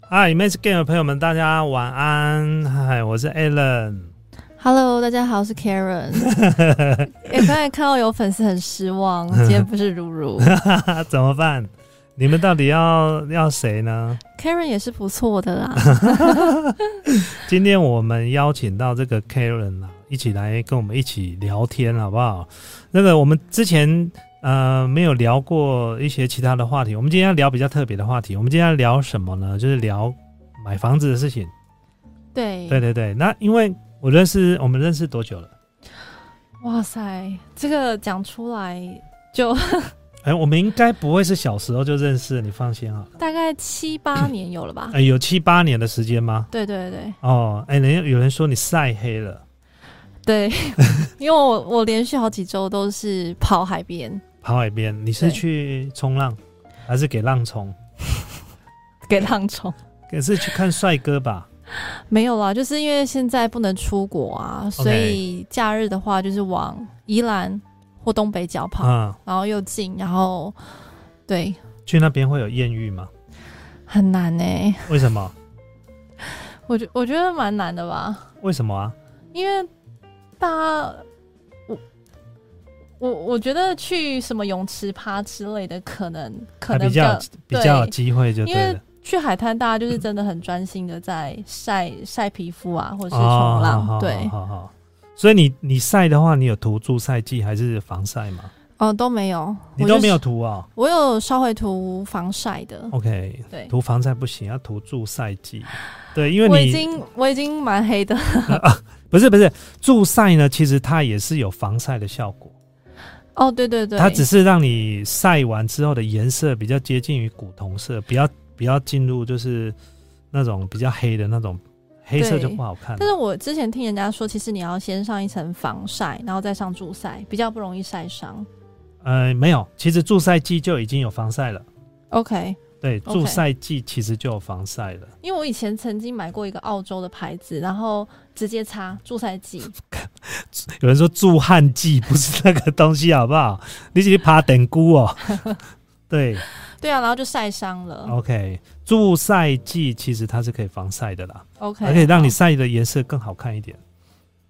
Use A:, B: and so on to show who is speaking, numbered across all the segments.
A: 嗨，Image Game 的朋友啊们，大家晚安。嗨，我是 Alan。
B: Hello，大家好，我是 Karen。也刚才看到有粉丝很失 望，今天不是如如
A: 怎么办？你们到底要要谁呢？
B: ，Karen 也是不错的啦。
A: 今天我们邀请到这个 Karen 啊，一起来跟我们一起聊天，好不好？那个我们之前呃没有聊过一些其他的话题，我们今天要聊比较特别的话题。我们今天要聊什么呢？就是聊买房子的事情。
B: 对，
A: 对对对，那因为我认识我们认识多久了？
B: 哇塞，这个讲出来就
A: 哎，我们应该不会是小时候就认识，你放心啊。
B: 大概七八年有了吧？
A: 哎，有七八年的时间吗？
B: 对对对
A: 哦，哎，人家有人说你晒黑了，
B: 对，因为我我连续好几周都是跑海边，
A: 跑海边，你是
B: 对
A: 去冲浪还是给浪冲？
B: 给浪 冲。
A: 也是去看帅哥吧？
B: 没有啦，就是因为现在不能出国啊，所以假日的话就是往宜兰或东北角跑，
A: 啊、
B: 然后又近，然后对，
A: 去那边会有艳遇吗？
B: 很难欸呢、
A: 为什么？
B: 我觉我觉得蛮难的吧，
A: 为什么啊？
B: 因为大家，我我我觉得去什么泳池趴之类的，可能 可
A: 还
B: 能
A: 比较比
B: 对
A: 较有机会就对
B: 因为
A: 了。
B: 去海滩，大家就是真的很专心的在晒晒皮肤啊，或者是冲浪，
A: 哦好
B: 对，
A: 好好好。所以你你晒的话，你有涂助晒剂还是防晒吗？
B: 哦都没有，
A: 你
B: 我
A: 都
B: 就是
A: 没有哦涂啊、
B: 我有稍微涂防晒的，
A: OK，
B: 对。
A: 涂防晒不行，要涂助晒剂。对，因为
B: 我已
A: 你
B: 经我已经蛮黑的，
A: 不是不是助晒呢，其实它也是有防晒的效果。
B: 哦，对对对，
A: 它只是让你晒完之后的颜色比较接近于古铜色，不要不要进入就是那种比较黑的那种黑色
B: 对
A: 就不好看了。
B: 但是我之前听人家说，其实你要先上一层防晒，然后再上助晒，比较不容易晒伤。
A: 呃，没有，其实助晒剂就已经有防晒了。
B: OK，
A: 对，
B: OK
A: 助晒剂其实就有防晒了。
B: 因为我以前曾经买过一个澳洲的牌子，然后直接擦助 晒剂，
A: 有人说助汗剂不是那个东西，好不好？你只是爬等菇哦。 对
B: 对啊，然后就晒伤
A: 哦
B: 了。
A: ，OK，助晒剂其实它是可以防晒的啦，
B: OK，
A: 还可以让你晒的颜色更好看一点。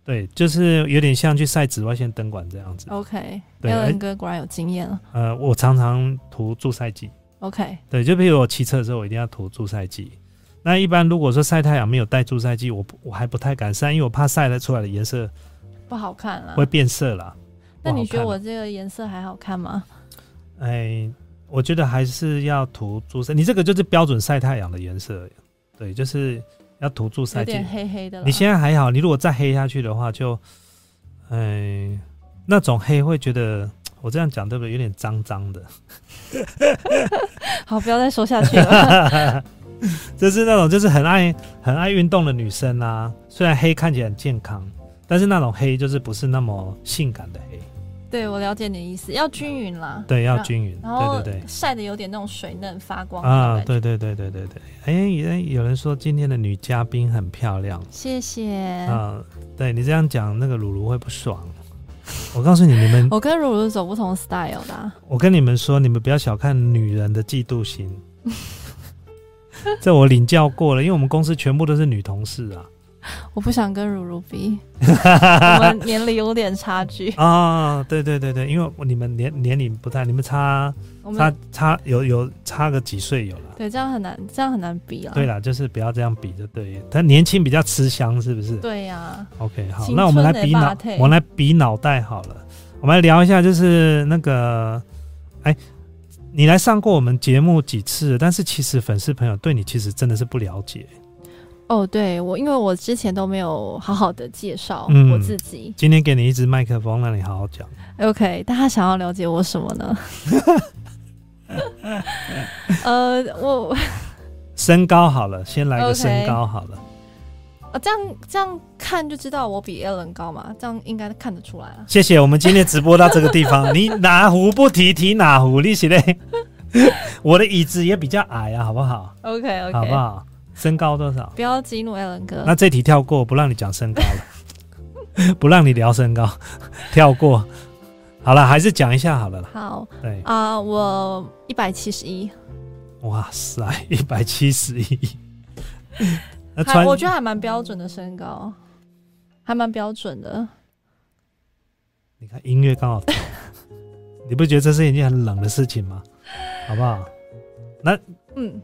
A: 对，就是有点像去晒紫外线灯管这样
B: 哦
A: 子。
B: OK。
A: 对哎
B: a l
A: 而
B: n 哥果然有经验了。
A: 呃，我常常涂助晒剂，
B: OK，
A: 对，就比如我骑车的时候，我一定要涂助晒剂。那一般如果说晒太阳没有带助晒剂，我不我还不太敢晒，因为我怕晒了出来的颜色
B: 不好看了
A: 会。变色啦。
B: 嗯那你觉得
A: 不好
B: 我这个颜色还好看吗？
A: 看？哎，我觉得还是要涂助晒，你这个就是标准晒太阳的颜色，对，就是要涂助
B: 有
A: 晒剂
B: 点。黑黑的了。
A: 你现在还好，你如果再黑下去的话，就，哎，那种黑会觉得我这样讲对不对？有点脏脏的。
B: 好，不要再说下去 了。
A: 就是那种就是很爱很爱运动的女生啊，虽然黑看起来很健康，但是那种黑就是不是那么性感的黑，
B: 对，我了解你的意思，要均匀啦。
A: 对，要
B: 然后
A: 均匀，
B: 然后
A: 对对对，
B: 晒的有点那种水嫩发光的
A: 啊，
B: 感
A: 对
B: 觉。
A: 对对对对对，哎、也有人说今天的女嘉宾很漂亮
B: 谢谢。
A: 啊，对你这样讲，那个鲁鲁会不爽。我告诉你，你们，
B: 我跟如如走不同 style 的啊、
A: 我跟你们说，你们不要小看女人的嫉妒 心。这我领教过了，因为我们公司全部都是女同事啊。
B: 我不想跟如如 比，我们年龄有点差距。
A: 啊，对对对对，因为你们年年龄不太，你们差
B: 我们
A: 差差有有差个几岁有了。
B: 对，这样很难，这样很难比啊了。
A: 对啦，就是不要这样比就对。他年轻比较吃香，是不是
B: 对呀、
A: ？OK，好，
B: 青
A: 那我们来
B: 春的
A: 比脑
B: 霸，体
A: 我们来比脑袋好了。我们来聊一下，就是那个，哎，你来上过我们节目几次？但是其实粉丝朋友对你其实真的是不了解。
B: 哦，对我，因为我之前都没有好好的介绍
A: 嗯
B: 我自己。
A: 今天给你一支麦克风，让你好好讲。
B: OK，大家想要了解我什么 呢？呃，我
A: 身高好了，先来个
B: OK
A: 身高好了。
B: 呃这样这样看就知道我比 Allen 高嘛，这样应该看得出来了。
A: 谢谢，我们今天直播到这个地方。你哪壶不提提哪壶，你是嘞？ 我的椅子也比较矮啊，好不好
B: OK OK，
A: 好不好？身高多少？
B: 不要激怒 Allen 哥。
A: 那这题跳过，不让你讲身高了， 不让你聊身高，跳过。好了，还是讲一下好了啦。
B: 好
A: 对，
B: 啊、我一百七十一，
A: 哇塞，一百七十一， 那
B: 还
A: 穿
B: 我觉得还蛮标准的身高，还蛮标准的。
A: 你看音乐刚好， 你不觉得这是一件很冷的事情吗？好不好？
B: 嗯，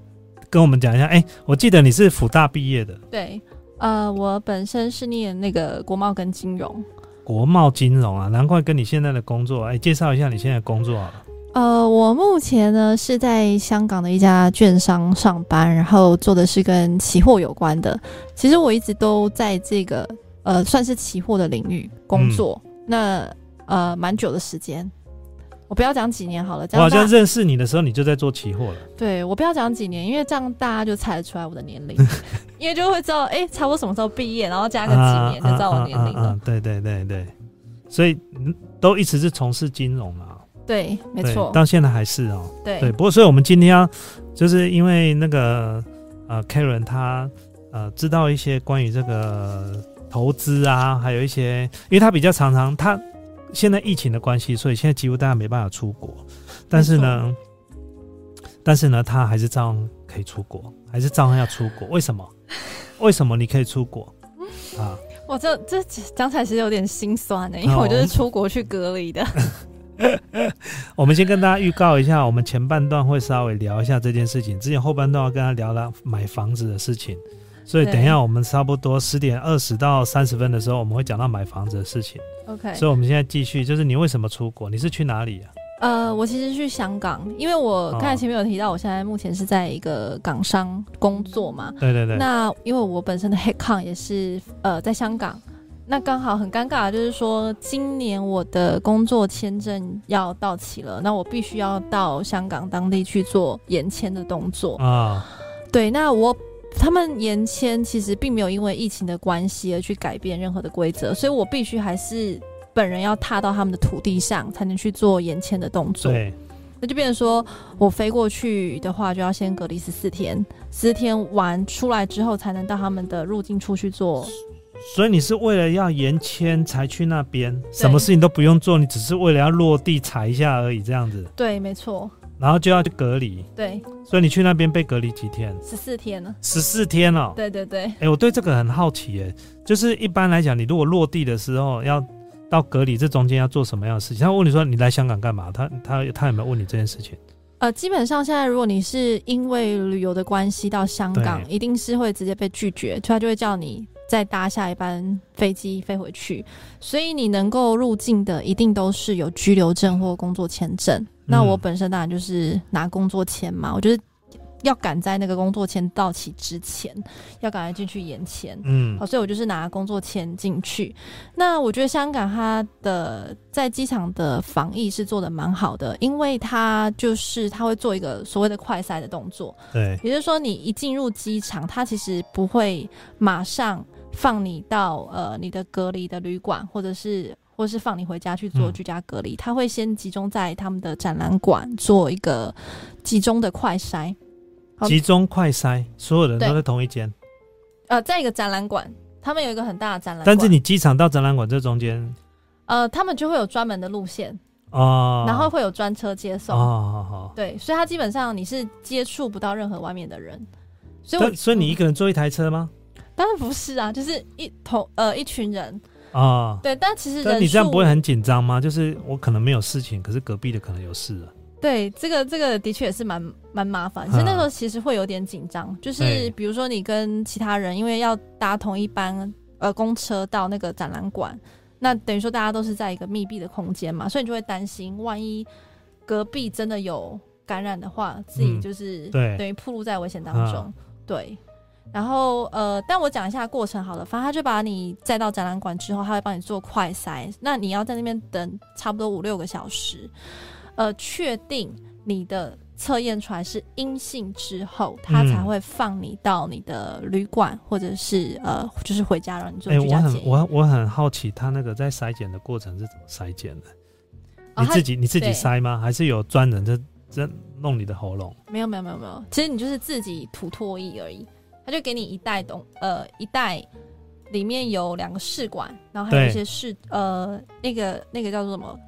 A: 跟我们讲一下。哎、我记得你是辅大毕业的，
B: 对，呃，我本身是念那个国贸跟金融，
A: 国贸金融啊，难怪跟你现在的工作。哎、介绍一下你现在的工作好了。
B: 呃，我目前呢是在香港的一家券商上班，然后做的是跟期货有关的。其实我一直都在这个呃算是期货的领域工作，那呃蛮久的时间。我不要讲几年好了，这
A: 我
B: 样
A: 好
B: 大
A: 像认识你的时候，你就在做期货了。
B: 对我不要讲几年，因为这样大家就猜得出来我的年 龄，因为就会知道哎、差不多什么时候毕业，然后加个几年就知道我年龄了。
A: 啊啊啊啊对对对对，所以嗯都一直是从事金融啊，
B: 对，没
A: 对
B: 错，
A: 到现在还是哦、
B: 对
A: 对，不过所以我们今天要就是因为那个呃，Karen 她呃知道一些关于这个投资啊，还有一些，因为她比较常常她现在疫情的关系，所以现在几乎大家没办法出国，但是呢，但是呢，她还是照样可以出国，还是照样要出国，为什么？为什么你可以出国啊？
B: 哇，这这讲起来其实有点心酸呢、因为我就是出国去隔离的。
A: 我们先跟大家预告一下，我们前半段会稍微聊一下这件事情，之前后半段要跟他聊了买房子的事情，所以
B: 对
A: 等一下我们差不多十点二十到三十分的时候，我们会讲到买房子的事情。
B: OK，
A: 所以我们现在继续，就是你为什么出国？你是去哪里啊？
B: 呃，我其实去香港，因为我刚才前面有提到，我现在目前是在一个港商工作嘛。
A: 对对对，
B: 那因为我本身的 headcount 也是呃在香港，那刚好很尴尬，就是说今年我的工作签证要到期了，那我必须要到香港当地去做延签的动作。
A: 啊，
B: 对，那我他们延签其实并没有因为疫情的关系而去改变任何的规则，所以我必须还是本人要踏到他们的土地上才能去做延签的动作。
A: 对，
B: 那就变成说我飞过去的话，就要先隔离十四天，十天完出来之后才能到他们的入境处去做。
A: 所以你是为了要延签才去那边，什么事情都不用做，你只是为了要落地踩一下而已，这样子，
B: 对，没错，
A: 然后就要去隔离，
B: 对，
A: 所以你去那边被隔离几天？
B: 十四天呢。
A: 十四天哦。
B: 对对对，
A: 哎、我对这个很好奇、哎，就是一般来讲，你如果落地的时候要到隔离，这中间要做什么样的事情？他问你说你来香港干嘛？他他他有没有问你这件事情？
B: 呃，基本上现在如果你是因为旅游的关系到香港，
A: 对
B: 一定是会直接被拒绝，所以他就会叫你再搭下一班飞机飞回去。所以你能够入境的，一定都是有居留证或工作签证。那我本身当然就是拿工作签嘛，我就是要赶在那个工作签到期之前，要赶快进去延签。
A: 嗯
B: 哦好，所以我就是拿工作签进去。那我觉得香港它的在机场的防疫是做的蛮好的，因为它就是它会做一个所谓的快筛的动作，
A: 对，
B: 也就是说你一进入机场，它其实不会马上放你到呃你的隔离的旅馆，或者是或是放你回家去做
A: 嗯
B: 居家隔离，它会先集中在他们的展览馆做一个集中的快筛，好
A: 集中快筛，所有人都在同一间，
B: 呃，在一个展览馆。他们有一个很大的展览馆，
A: 但是你机场到展览馆这中间
B: 呃，他们就会有专门的路线，
A: 哦，
B: 然后会有专车接
A: 哦，
B: 送。
A: 好好。
B: 对，所以它基本上你是接触不到任何外面的人。所以我
A: 但，所以你一
B: 嗯
A: 个人坐一台车吗？
B: 当然不是啊，就是一同呃一群人。
A: 啊、哦，
B: 对，但其实人
A: 但你这样
B: 数
A: 不会很紧张吗？就是我可能没有事情，可是隔壁的可能有事了。
B: 对这个这个的确也是蛮蛮麻烦，所以那时候其实会有点紧张，就是
A: 嗯对
B: 比如说你跟其他人，因为要搭同一班呃公车到那个展览馆，那等于说大家都是在一个密闭的空间嘛，所以你就会担心，万一隔壁真的有感染的话，自己
A: 嗯
B: 就是
A: 对啊
B: 等于暴露在危险当中。对，然后呃，但我讲一下过程好了，反正他就把你载到展览馆之后，他会帮你做快筛，那你要在那边等差不多五六个小时，呃，确定你的测验出来是阴性之后，他
A: 嗯
B: 才会放你到你的旅馆或者是呃，就是回家让你做
A: 哎、
B: 居
A: 我
B: 家检
A: 很
B: 疫。
A: 我我很好奇，他那个在筛检的过程是怎么筛检的？
B: 哦
A: 你
B: 他
A: 自己你自己
B: 对
A: 塞吗？还是有专人在在弄你的喉咙？
B: 没有没有没有没有，其实你就是自己吐唾液而已，他就给你一袋东呃一袋，里面有两个试管，然后还有
A: 对
B: 一些试呃那个那个叫做什么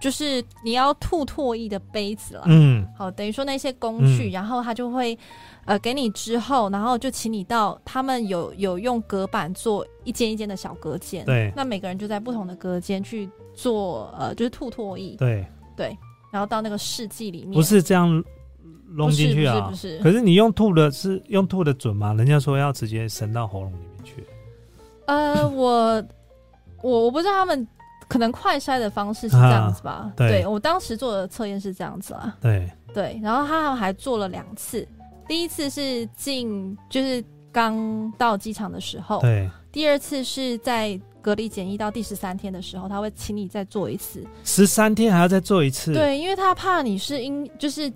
B: 就是你要吐唾液的杯子啦。
A: 嗯，
B: 好，等于说那些工具，
A: 嗯
B: 然后他就会呃给你之后，然后就请你到他们有有用隔板做一间一间的小隔间，
A: 对
B: 那每个人就在不同的隔间去做呃就是吐唾液，
A: 对，
B: 然后到那个试剂里面，
A: 不是这样
B: 不
A: 弄
B: 是
A: 进去啊
B: 不。是不是，
A: 可是你用吐的是用吐的准吗？人家说要直接伸到喉咙里面去。
B: 呃，我我我不知道他们可能快筛的方式是这样子吧，
A: 啊对
B: 我当时做的测验是这样子啊，
A: 对，
B: 对，然后他还做了两次，第一次是进就是刚到机场的时候。
A: 对，
B: 第二次是在隔离检疫到第十三天的时候，他会请你再做一次。
A: 十三天还要再做一次。，
B: 对，因为他怕你是因就是。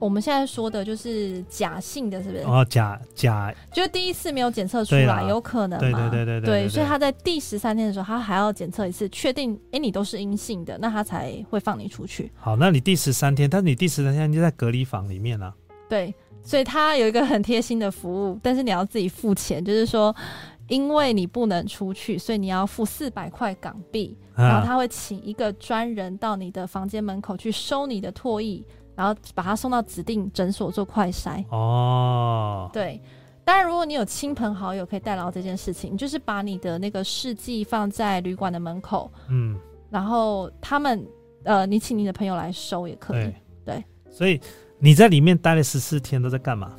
B: 我们现在说的就是假性的，是不是？
A: 哦，假假，
B: 就是第一次没有检测出
A: 对啦
B: 来，有可能
A: 对
B: 嘛？
A: 对对对
B: 对
A: 对，
B: 所以他在第十三天的时候，他还要检测一次，确定哎、诶你都是阴性的，那他才会放你出去。
A: 好，那你第十三天，但是你第十三天就在隔离房里面了、
B: 对，所以他有一个很贴心的服务，但是你要自己付钱，就是说，因为你不能出去，所以你要付四百块港币，
A: 啊
B: 然后他会请一个专人到你的房间门口去收你的唾液，然后把它送到指定诊所做快筛。
A: 哦，
B: 对，当然如果你有亲朋好友可以代劳这件事情，你就是把你的那个试剂放在旅馆的门口，
A: 嗯，
B: 然后他们呃，你请你的朋友来收也可以
A: 对。
B: 对，
A: 所以你在里面待了十四天都在干 嘛？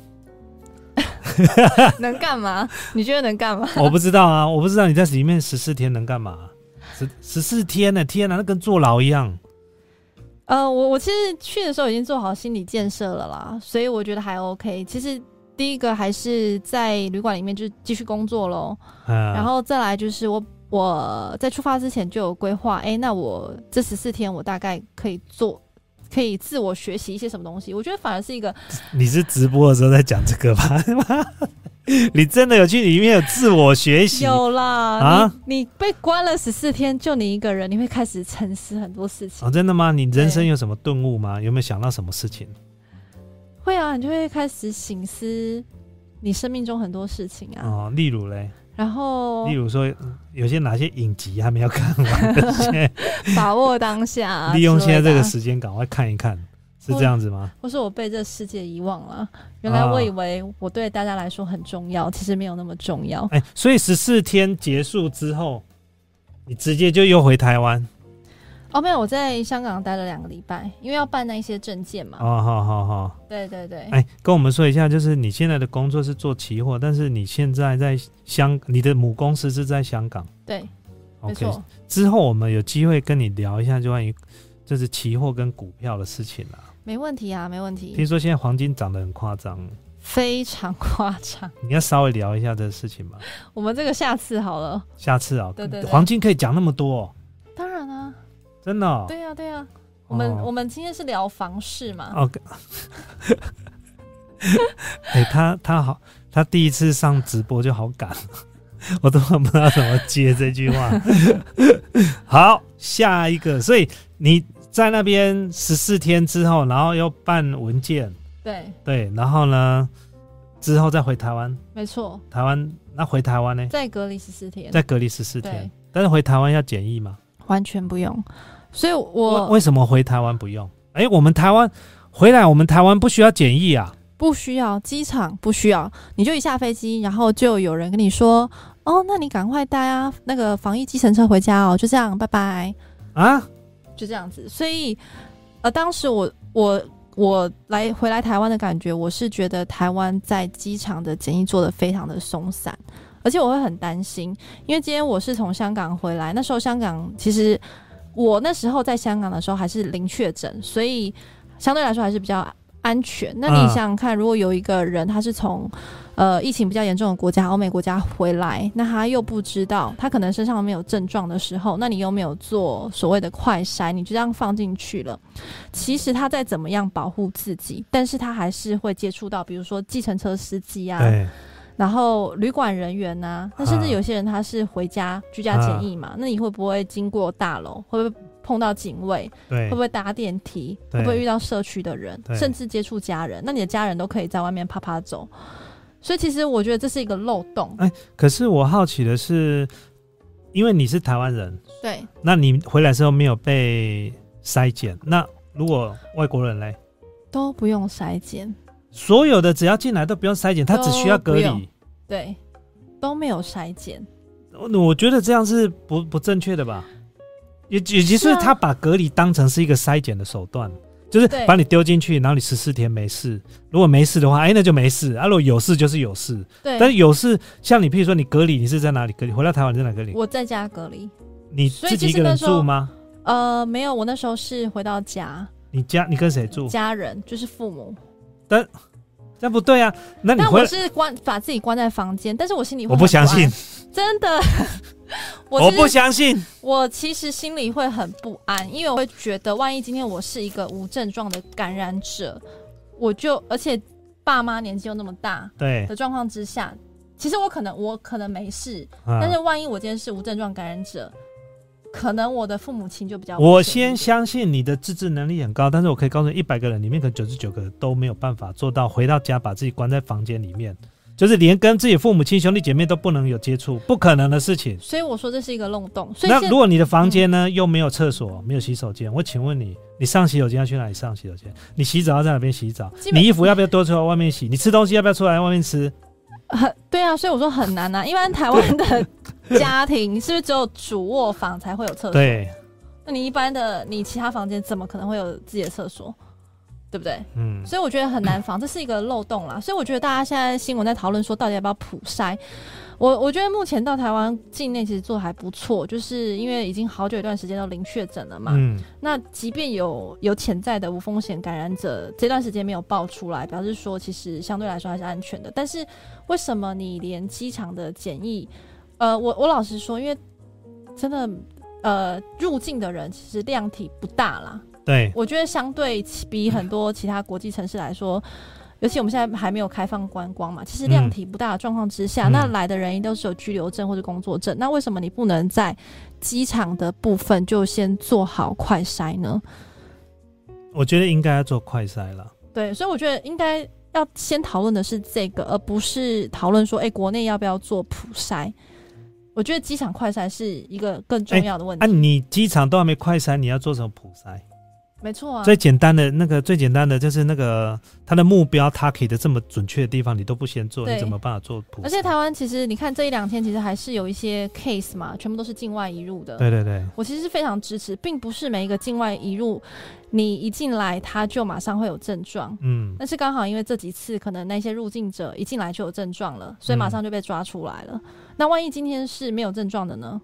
B: 能干嘛？ 你觉得能干嘛？
A: 我不知道啊，我不知道你在里面十四天能干嘛、十十四天呢、天啊哪、那跟坐牢一样。
B: 呃，我我其实去的时候已经做好心理建设了啦，所以我觉得还 OK。其实第一个还是在旅馆里面就继续工作喽。
A: 嗯，
B: 然后再来就是我我在出发之前就有规划，哎、那我这十四天我大概可以做，可以自我学习一些什么东西。我觉得反而是一个，
A: 你是直播的时候在讲这个吧？ 你真的有去里面有自我学习？
B: 有啦，
A: 啊
B: 你你被关了十四天，就你一个人，你会开始沉思很多事情。
A: 哦，真的吗？你人生
B: 对
A: 有什么顿悟吗？有没有想到什么事情？
B: 会啊，你就会开始醒思你生命中很多事情啊，哦
A: 哦，例如嘞，
B: 然后
A: 例如说嗯有些哪些影集还没有看完 的，现在
B: 把握当下、啊，
A: 利用现在这个
B: 时，
A: 时间赶快看一看，是这样子吗？
B: 或是我被这世界遗忘了。啊原
A: 啊
B: 来我以为我对大家来说很重要，其实没有那么重要。
A: 哎、所以十四天结束之后，你直接就又回台湾。
B: 哦，没有，我在香港待了两个礼拜，因为要办那一些证件嘛。
A: 哦，好好好，
B: 对对对，
A: 哎、跟我们说一下，就是你现在的工作是做期货，但是你现在在香，你的母公司是在香港。
B: 对，没
A: OK，
B: 错。
A: 之后我们有机会跟你聊一下，就关于就是期货跟股票的事情啦。
B: 没问题啊，没问题
A: 听，说现在黄金涨得很夸张，
B: 非常夸张。
A: 你要稍微聊一下这个事情吧。
B: 我们这个下次好了。
A: 下次啊、
B: 对对对
A: 黄金可以讲那么多哦、
B: 当然啊，
A: 真的、哦。
B: 对啊，对啊。我们、
A: 哦
B: 我们今天是聊房市嘛，
A: OK，哎、他他好，他第一次上直播就好赶， 我都不知道怎么接这句话。 好，下一个，所以你在那边十四天之后，然后要办文件，
B: 对，
A: 对，然后呢，之后再回台湾，
B: 没错，
A: 台湾那回台湾呢，
B: 在隔离十四天，
A: 再隔离十四天
B: 对，
A: 但是回台湾要检疫吗？
B: 完全不用。所以我
A: 为为什么回台湾不用？哎、我们台湾回来，我们台湾不需要检疫啊。
B: 不需要，机场不需要，你就一下飞机，然后就有人跟你说，哦，那你赶快搭啊那个防疫计程车回家哦，就这样，拜拜，
A: 啊，
B: 就这样子。所以，呃，当时我我我来回来台湾的感觉，我是觉得台湾在机场的检疫做的非常的松散，而且我会很担心，因为今天我是从香港回来，那时候香港其实我那时候在香港的时候还是零确诊，所以相对来说还是比较安全。那你
A: 嗯
B: 想想看，如果有一个人他是从呃疫情比较严重的国家、欧美国家回来，那他又不知道他可能身上没有症状的时候，那你又没有做所谓的快筛，你就这样放进去了。其实他再怎么样保护自己，但是他还是会接触到，比如说计程车司机啊，
A: 对，啊
B: 然后旅馆人员呐、那甚至有些人他是回家居家检疫嘛，那你会不会经过大楼？会不会碰到警卫？
A: 对
B: 会不会搭电梯？
A: 对
B: 会不会遇到社区的人
A: 对？
B: 甚至接触家人？那你的家人都可以在外面啪啪走。所以其实我觉得这是一个漏洞。
A: 可是我好奇的是，因为你是台湾人，
B: 对
A: 那你回来之后没有被筛检。那如果外国人嘞，
B: 都不用筛检，
A: 所有的只要进来都不用筛检，他只需要隔
B: 都不
A: 离。
B: 对，都没有筛检，
A: 我我觉得这样是不不正确的吧？也也其
B: 是
A: 实
B: 啊
A: 他把隔离当成是一个筛检的手段，就是
B: 对
A: 把你丢进去，然后你十四天没事。如果没事的话，哎，那就没事；啊，如果有事就是有事。
B: 对，
A: 但是有事，像你，譬如说你隔离，你是在哪里隔离？回到台湾你在哪隔离？
B: 我在家隔离。
A: 你
B: 所以
A: 自己
B: 其
A: 一
B: 实
A: 个人
B: 那时候
A: 住吗？
B: 呃，没有，我那时候是回到家，
A: 你家你跟谁住？
B: 家人就是父母，
A: 这样不对啊！那你
B: 但
A: 回
B: 我
A: 来
B: 是关把自己关在房间，但是我心里会
A: 我不
B: 很
A: 相
B: 安
A: 信，，
B: 真的， 我
A: 我
B: 是
A: 不相信。
B: 我其实心里会很不安，因为我会觉得，万一今天我是一个无症状的感染者，我就而且爸妈年纪又那么大
A: 对，
B: 的状况之下，其实我可能我可能没事，
A: 啊
B: 但是万一我今天是无症状感染者，可能我的父母亲就比较
A: 我
B: 危险
A: 先相信你的自制能力很高，但是我可以告诉你，一百个人里面可能九十九个都没有办法做到回到家把自己关在房间里面，就是连跟自己父母亲兄弟姐妹都不能有接触，不可能的事情。
B: 所以我说这是一嗯个漏洞，所以
A: 那
B: 现
A: 如果你的房间呢、又没有厕所，没有洗手间，我请问你，你上洗手间要去哪里上洗手间？你洗澡要在哪边洗澡
B: 基？本
A: 你衣服要不要多出来外面洗？你吃东西要不要出来外面吃？
B: 很 对啊，所以我说很难啊。一般台湾的 家庭是不是只有主卧房才会有厕所？
A: 对，
B: 那你一般的你其他房间怎么可能会有自己的厕所？对不对？
A: 嗯，
B: 所以我觉得很难防，这是一个漏洞啦。所以我觉得大家现在新闻在讨论说到底要不要普筛，我我觉得目前到台湾境内其实做的还不错，就是因为已经好久一段时间都零确诊了嘛。
A: 嗯，
B: 那即便有有潜在的无风险感染者，这段时间没有爆出来，表示说其实相对来说还是安全的。但是为什么你连机场的检疫，呃，我我老实说，因为真的呃入境的人其实量体不大啦，
A: 对，
B: 我觉得相对起比很多其他国际城市来说，尤其我们现在还没有开放观光嘛，其实量体不大的状况之下，
A: 嗯
B: 那来的人一定都是有居留证或者工作证，那为什么你不能在机场的部分就先做好快筛呢？
A: 我觉得应该要做快筛了。
B: 对，所以我觉得应该要先讨论的是这个，而不是讨论说，哎、国内要不要做普筛？我觉得机场快筛是一个更重要的问题，
A: 啊，你机场都还没快筛，你要做什么普筛？
B: 没错啊，
A: 最简单的那个最简单的就是那个他的目标 target 的这么准确的地方，你都不先做，
B: 对
A: 你怎么办法做普查？
B: 而且台湾其实你看这一两天其实还是有一些 case 嘛，全部都是境外移入的，
A: 对对对，
B: 我其实是非常支持，并不是每一个境外移入，你一进来他就马上会有症状。
A: 嗯，
B: 但是刚好因为这几次可能那些入境者一进来就有症状了，所以马上就被抓出来了。那万一今天是没有症状的呢？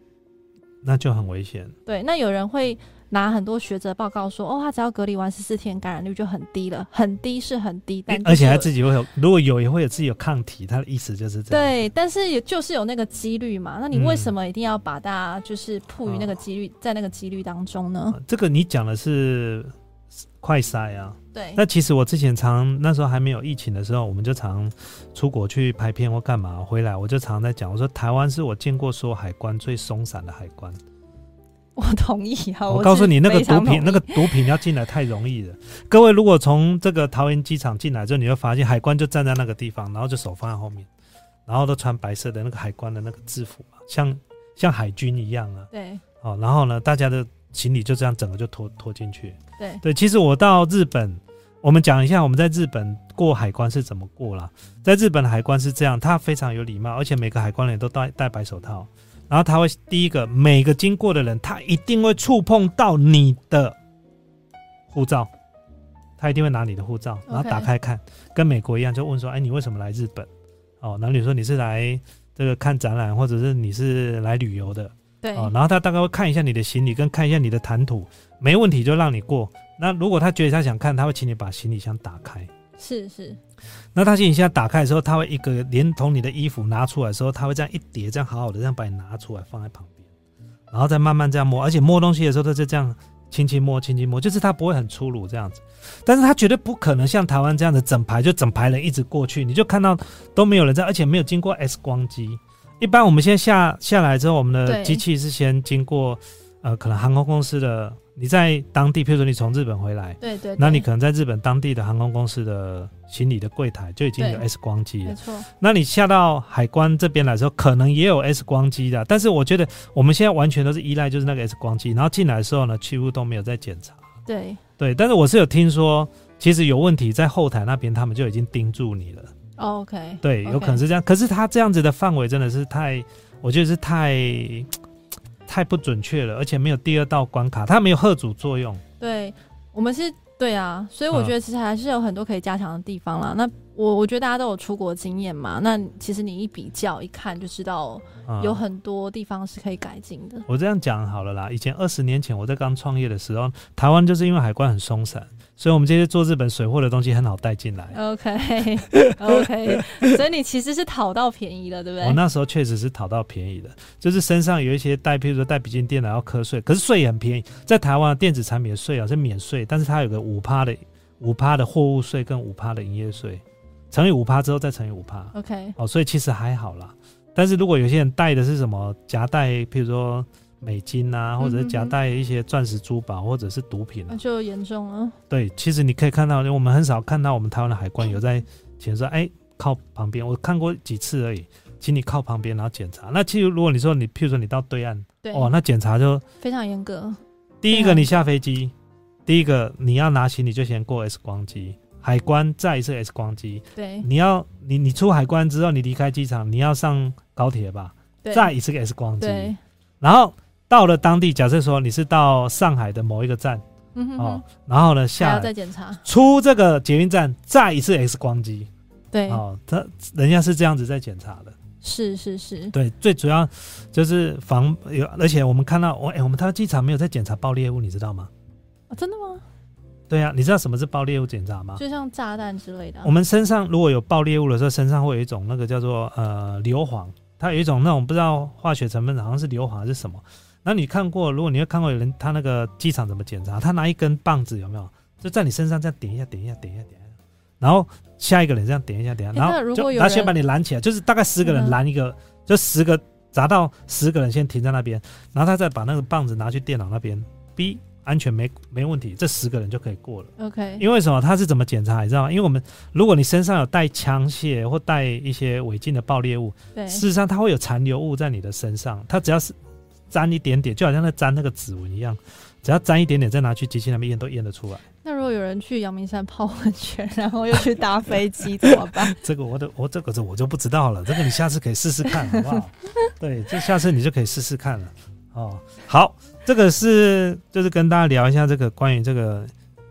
A: 那就很危险。
B: 对，那有人会拿很多学者报告说，哦，他只要隔离完十四天，感染率就很低了，很低是很低，但
A: 而且还
B: 就是
A: 自己会有，如果有也会有自己有抗体，他的意思就是这样。
B: 对，但是也就是有那个几率嘛。那你
A: 嗯
B: 为什么一定要把大家就是迫于那个几率，在那个几率当中呢？
A: 啊这个你讲的是快筛啊。
B: 对，
A: 那其实我之前常那时候还没有疫情的时候，我们就常出国去拍片或干嘛，回来我就常在讲，我说台湾是我见过所有海关最松散的海关。
B: 我同意啊。
A: 我告诉
B: 是
A: 你，那个
B: 非常
A: 毒品，
B: 同
A: 那
B: 意
A: 个毒品要进来太容易了。各位如果从这个桃园机场进来之后，你会发现海关就站在那个地方，然后就手放在后面，然后都穿白色的那个海关的那个制服嘛，像像海军一样啊。
B: 对
A: 哦，然后呢，大家的行李就这样整个就拖拖进去。
B: 对
A: 对，其实我到日本，我们讲一下我们在日本过海关是怎么过啦。在日本的海关是这样，他非常有礼貌，而且每个海关人都戴戴白手套，然后他会第一个每个经过的人，他一定会触碰到你的护照，他一定会拿你的护照，然后
B: OK
A: 打开看跟美国一样，就问说，哎，你为什么来日本？哦，然后你说你是来这个看展览，或者是你是来旅游的，
B: 对、
A: 哦，然后他大概会看一下你的行李，跟看一下你的谈吐，没问题就让你过。那如果他觉得他想看，他会请你把行李箱打开。
B: 是是，
A: 那他行李箱打开的时候，他会一个连同你的衣服拿出来的时候，他会这样一叠，这样好好的这样把你拿出来放在旁边，然后再慢慢这样摸，而且摸东西的时候他就这样轻轻摸、轻轻摸，就是他不会很粗鲁这样子。但是他绝对不可能像台湾这样的整排就整排人一直过去，你就看到都没有人在，而且没有经过 X 光机。一般我们现在下下来之后，我们的
B: 对
A: 机器是先经过呃，可能航空公司的，你在当地，譬如说你从日本回来。
B: 对对
A: 那你
B: 对
A: 可能在日本当地的航空公司的行李的柜台就已经有
B: 对
A: X 光机
B: 没
A: 了。
B: 错，
A: 那你下到海关这边来的时候，可能也有 X 光机的，但是我觉得我们现在完全都是依赖就是那个 X 光机，然后进来的时候呢，几乎都没有在检查。
B: 对，
A: 对，但是我是有听说，其实有问题在后台那边，他们就已经盯住你了。
B: 哦 OK，
A: 对，有可能
B: 是
A: 是这样。可是他这样子的范围真的是太，我觉得是太太不准确了，而且没有第二道关卡，它没有贺主作用。
B: 对，我们是对啊，所以我
A: 嗯
B: 觉得其实还是有很多可以加强的地方啦。那我我觉得大家都有出国经验嘛，那其实你一比较一看就知道
A: 嗯
B: 有很多地方是可以改进的。
A: 我这样讲好了啦，以前二十年前我在刚创业的时候，台湾就是因为海关很松散，所以我们这些做日本水货的东西很好带进来。
B: 呃 OK OK，所以 你其实是讨到便宜了，对不
A: 我
B: 对？
A: 那时候确实是讨到便宜的，就是身上有一些带，譬如说带笔记电脑要课税，可是税也很便宜，在台湾的电子产品的税啊是免税，但是它有个五趴的五趴的货物税跟五趴的营业税，乘以五趴之后再乘以五趴，
B: OK，
A: 哦，所以其实还好啦。但是如果有些人带的是什么夹带，譬如说美金啊，或者是夹带一些钻石珠宝或者是毒品啊
B: 那，就严重了。
A: 对，其实你可以看到，我们很少看到我们台湾的海
B: 嗯
A: 关有在检查，哎，靠旁边，我看过几次而已，请你靠旁边然后检查。那其实如果你说你，譬如说你到对岸，
B: 对，
A: 哦，那检查就
B: 非常严格。
A: 第一
B: 对
A: 个
B: 啊
A: 你下飞机，第一个你要拿行李就先过 X 光机，海关再一次 X 光机，
B: 对
A: 你要你你出海关之后，你离开机场，你要上高铁吧，
B: 对
A: 再一次 X 光机，
B: 对，
A: 然后到了当地，假设说你是到上海的某一个站
B: 嗯哼
A: 哦
B: 哼，，
A: 然后呢
B: 还
A: 下
B: 要
A: 来
B: 再检查。
A: 出这个捷运站再一次 X 光机
B: 对，
A: 哦，他人家是这样子在检查的。
B: 是是是，
A: 对，最主要就是防有，而且我们看到我哎、我们台湾机场没有在检查爆裂物，你知道吗？
B: 哦真的吗？
A: 对啊，你知道什么是爆裂物检查吗？
B: 就像炸弹之类的啊
A: 我。们身上如果有爆裂物的时候，身上会有一种那个叫做呃硫磺，它有一种那种不知道化学成分，好像是硫磺还是什么。然后你看过，如果你会看过有人他那个机场怎么检查，他拿一根棒子有没有，就在你身上这样点一下，点一下，点一下，点一下，然后下一个人这样点一下，点一下，
B: 诶
A: 然
B: 那
A: 后
B: 如
A: 就
B: 果有
A: 然后先
B: 人
A: 把你拦起来，就是大概十个
B: 嗯
A: 人
B: 哼
A: 拦一个，就十个砸到十个人先停在那边，然后他再把那个棒子拿去电脑那边，B 安全没没问题，这十个人就可以过了。
B: OK，
A: 因为什么？他是怎么检查？你知道吗？因为我们如果你身上有带枪械或带一些违禁的爆裂物，
B: 对
A: 事实上它会有残留物在你的身上，它只要是沾一点点，就好像在沾那个指纹一样，只要沾一点点，再拿去机器那边验都验得出来。
B: 那如果有人去阳明山泡温泉，然后又去搭飞机，怎么 办？
A: 这个我的我这个我就不知道了，这个你下次可以试试看，好不好？对，这下次你就可以试试看了。哦，好，这个是就是跟大家聊一下这个关于这个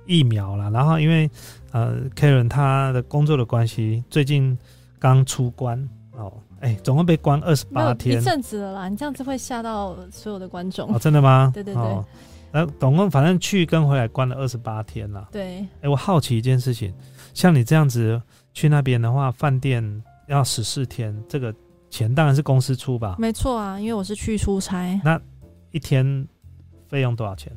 A: 疫苗啦。然后因为呃，Karen 她的工作的关系，最近刚出关哦，哎，总共被关二十
B: 没有
A: 八天
B: 一阵子了啦，你这样子会吓到所有的观众。
A: 哦，真的吗？
B: 对对对
A: 哦呃，总共反正去跟回来关了二十八天啦。
B: 对，
A: 哎、我好奇一件事情，像你这样子去那边的话，饭店要十四天，这个钱当然是公司出吧？
B: 没错啊，因为我是去出差。
A: 一天费用多少钱？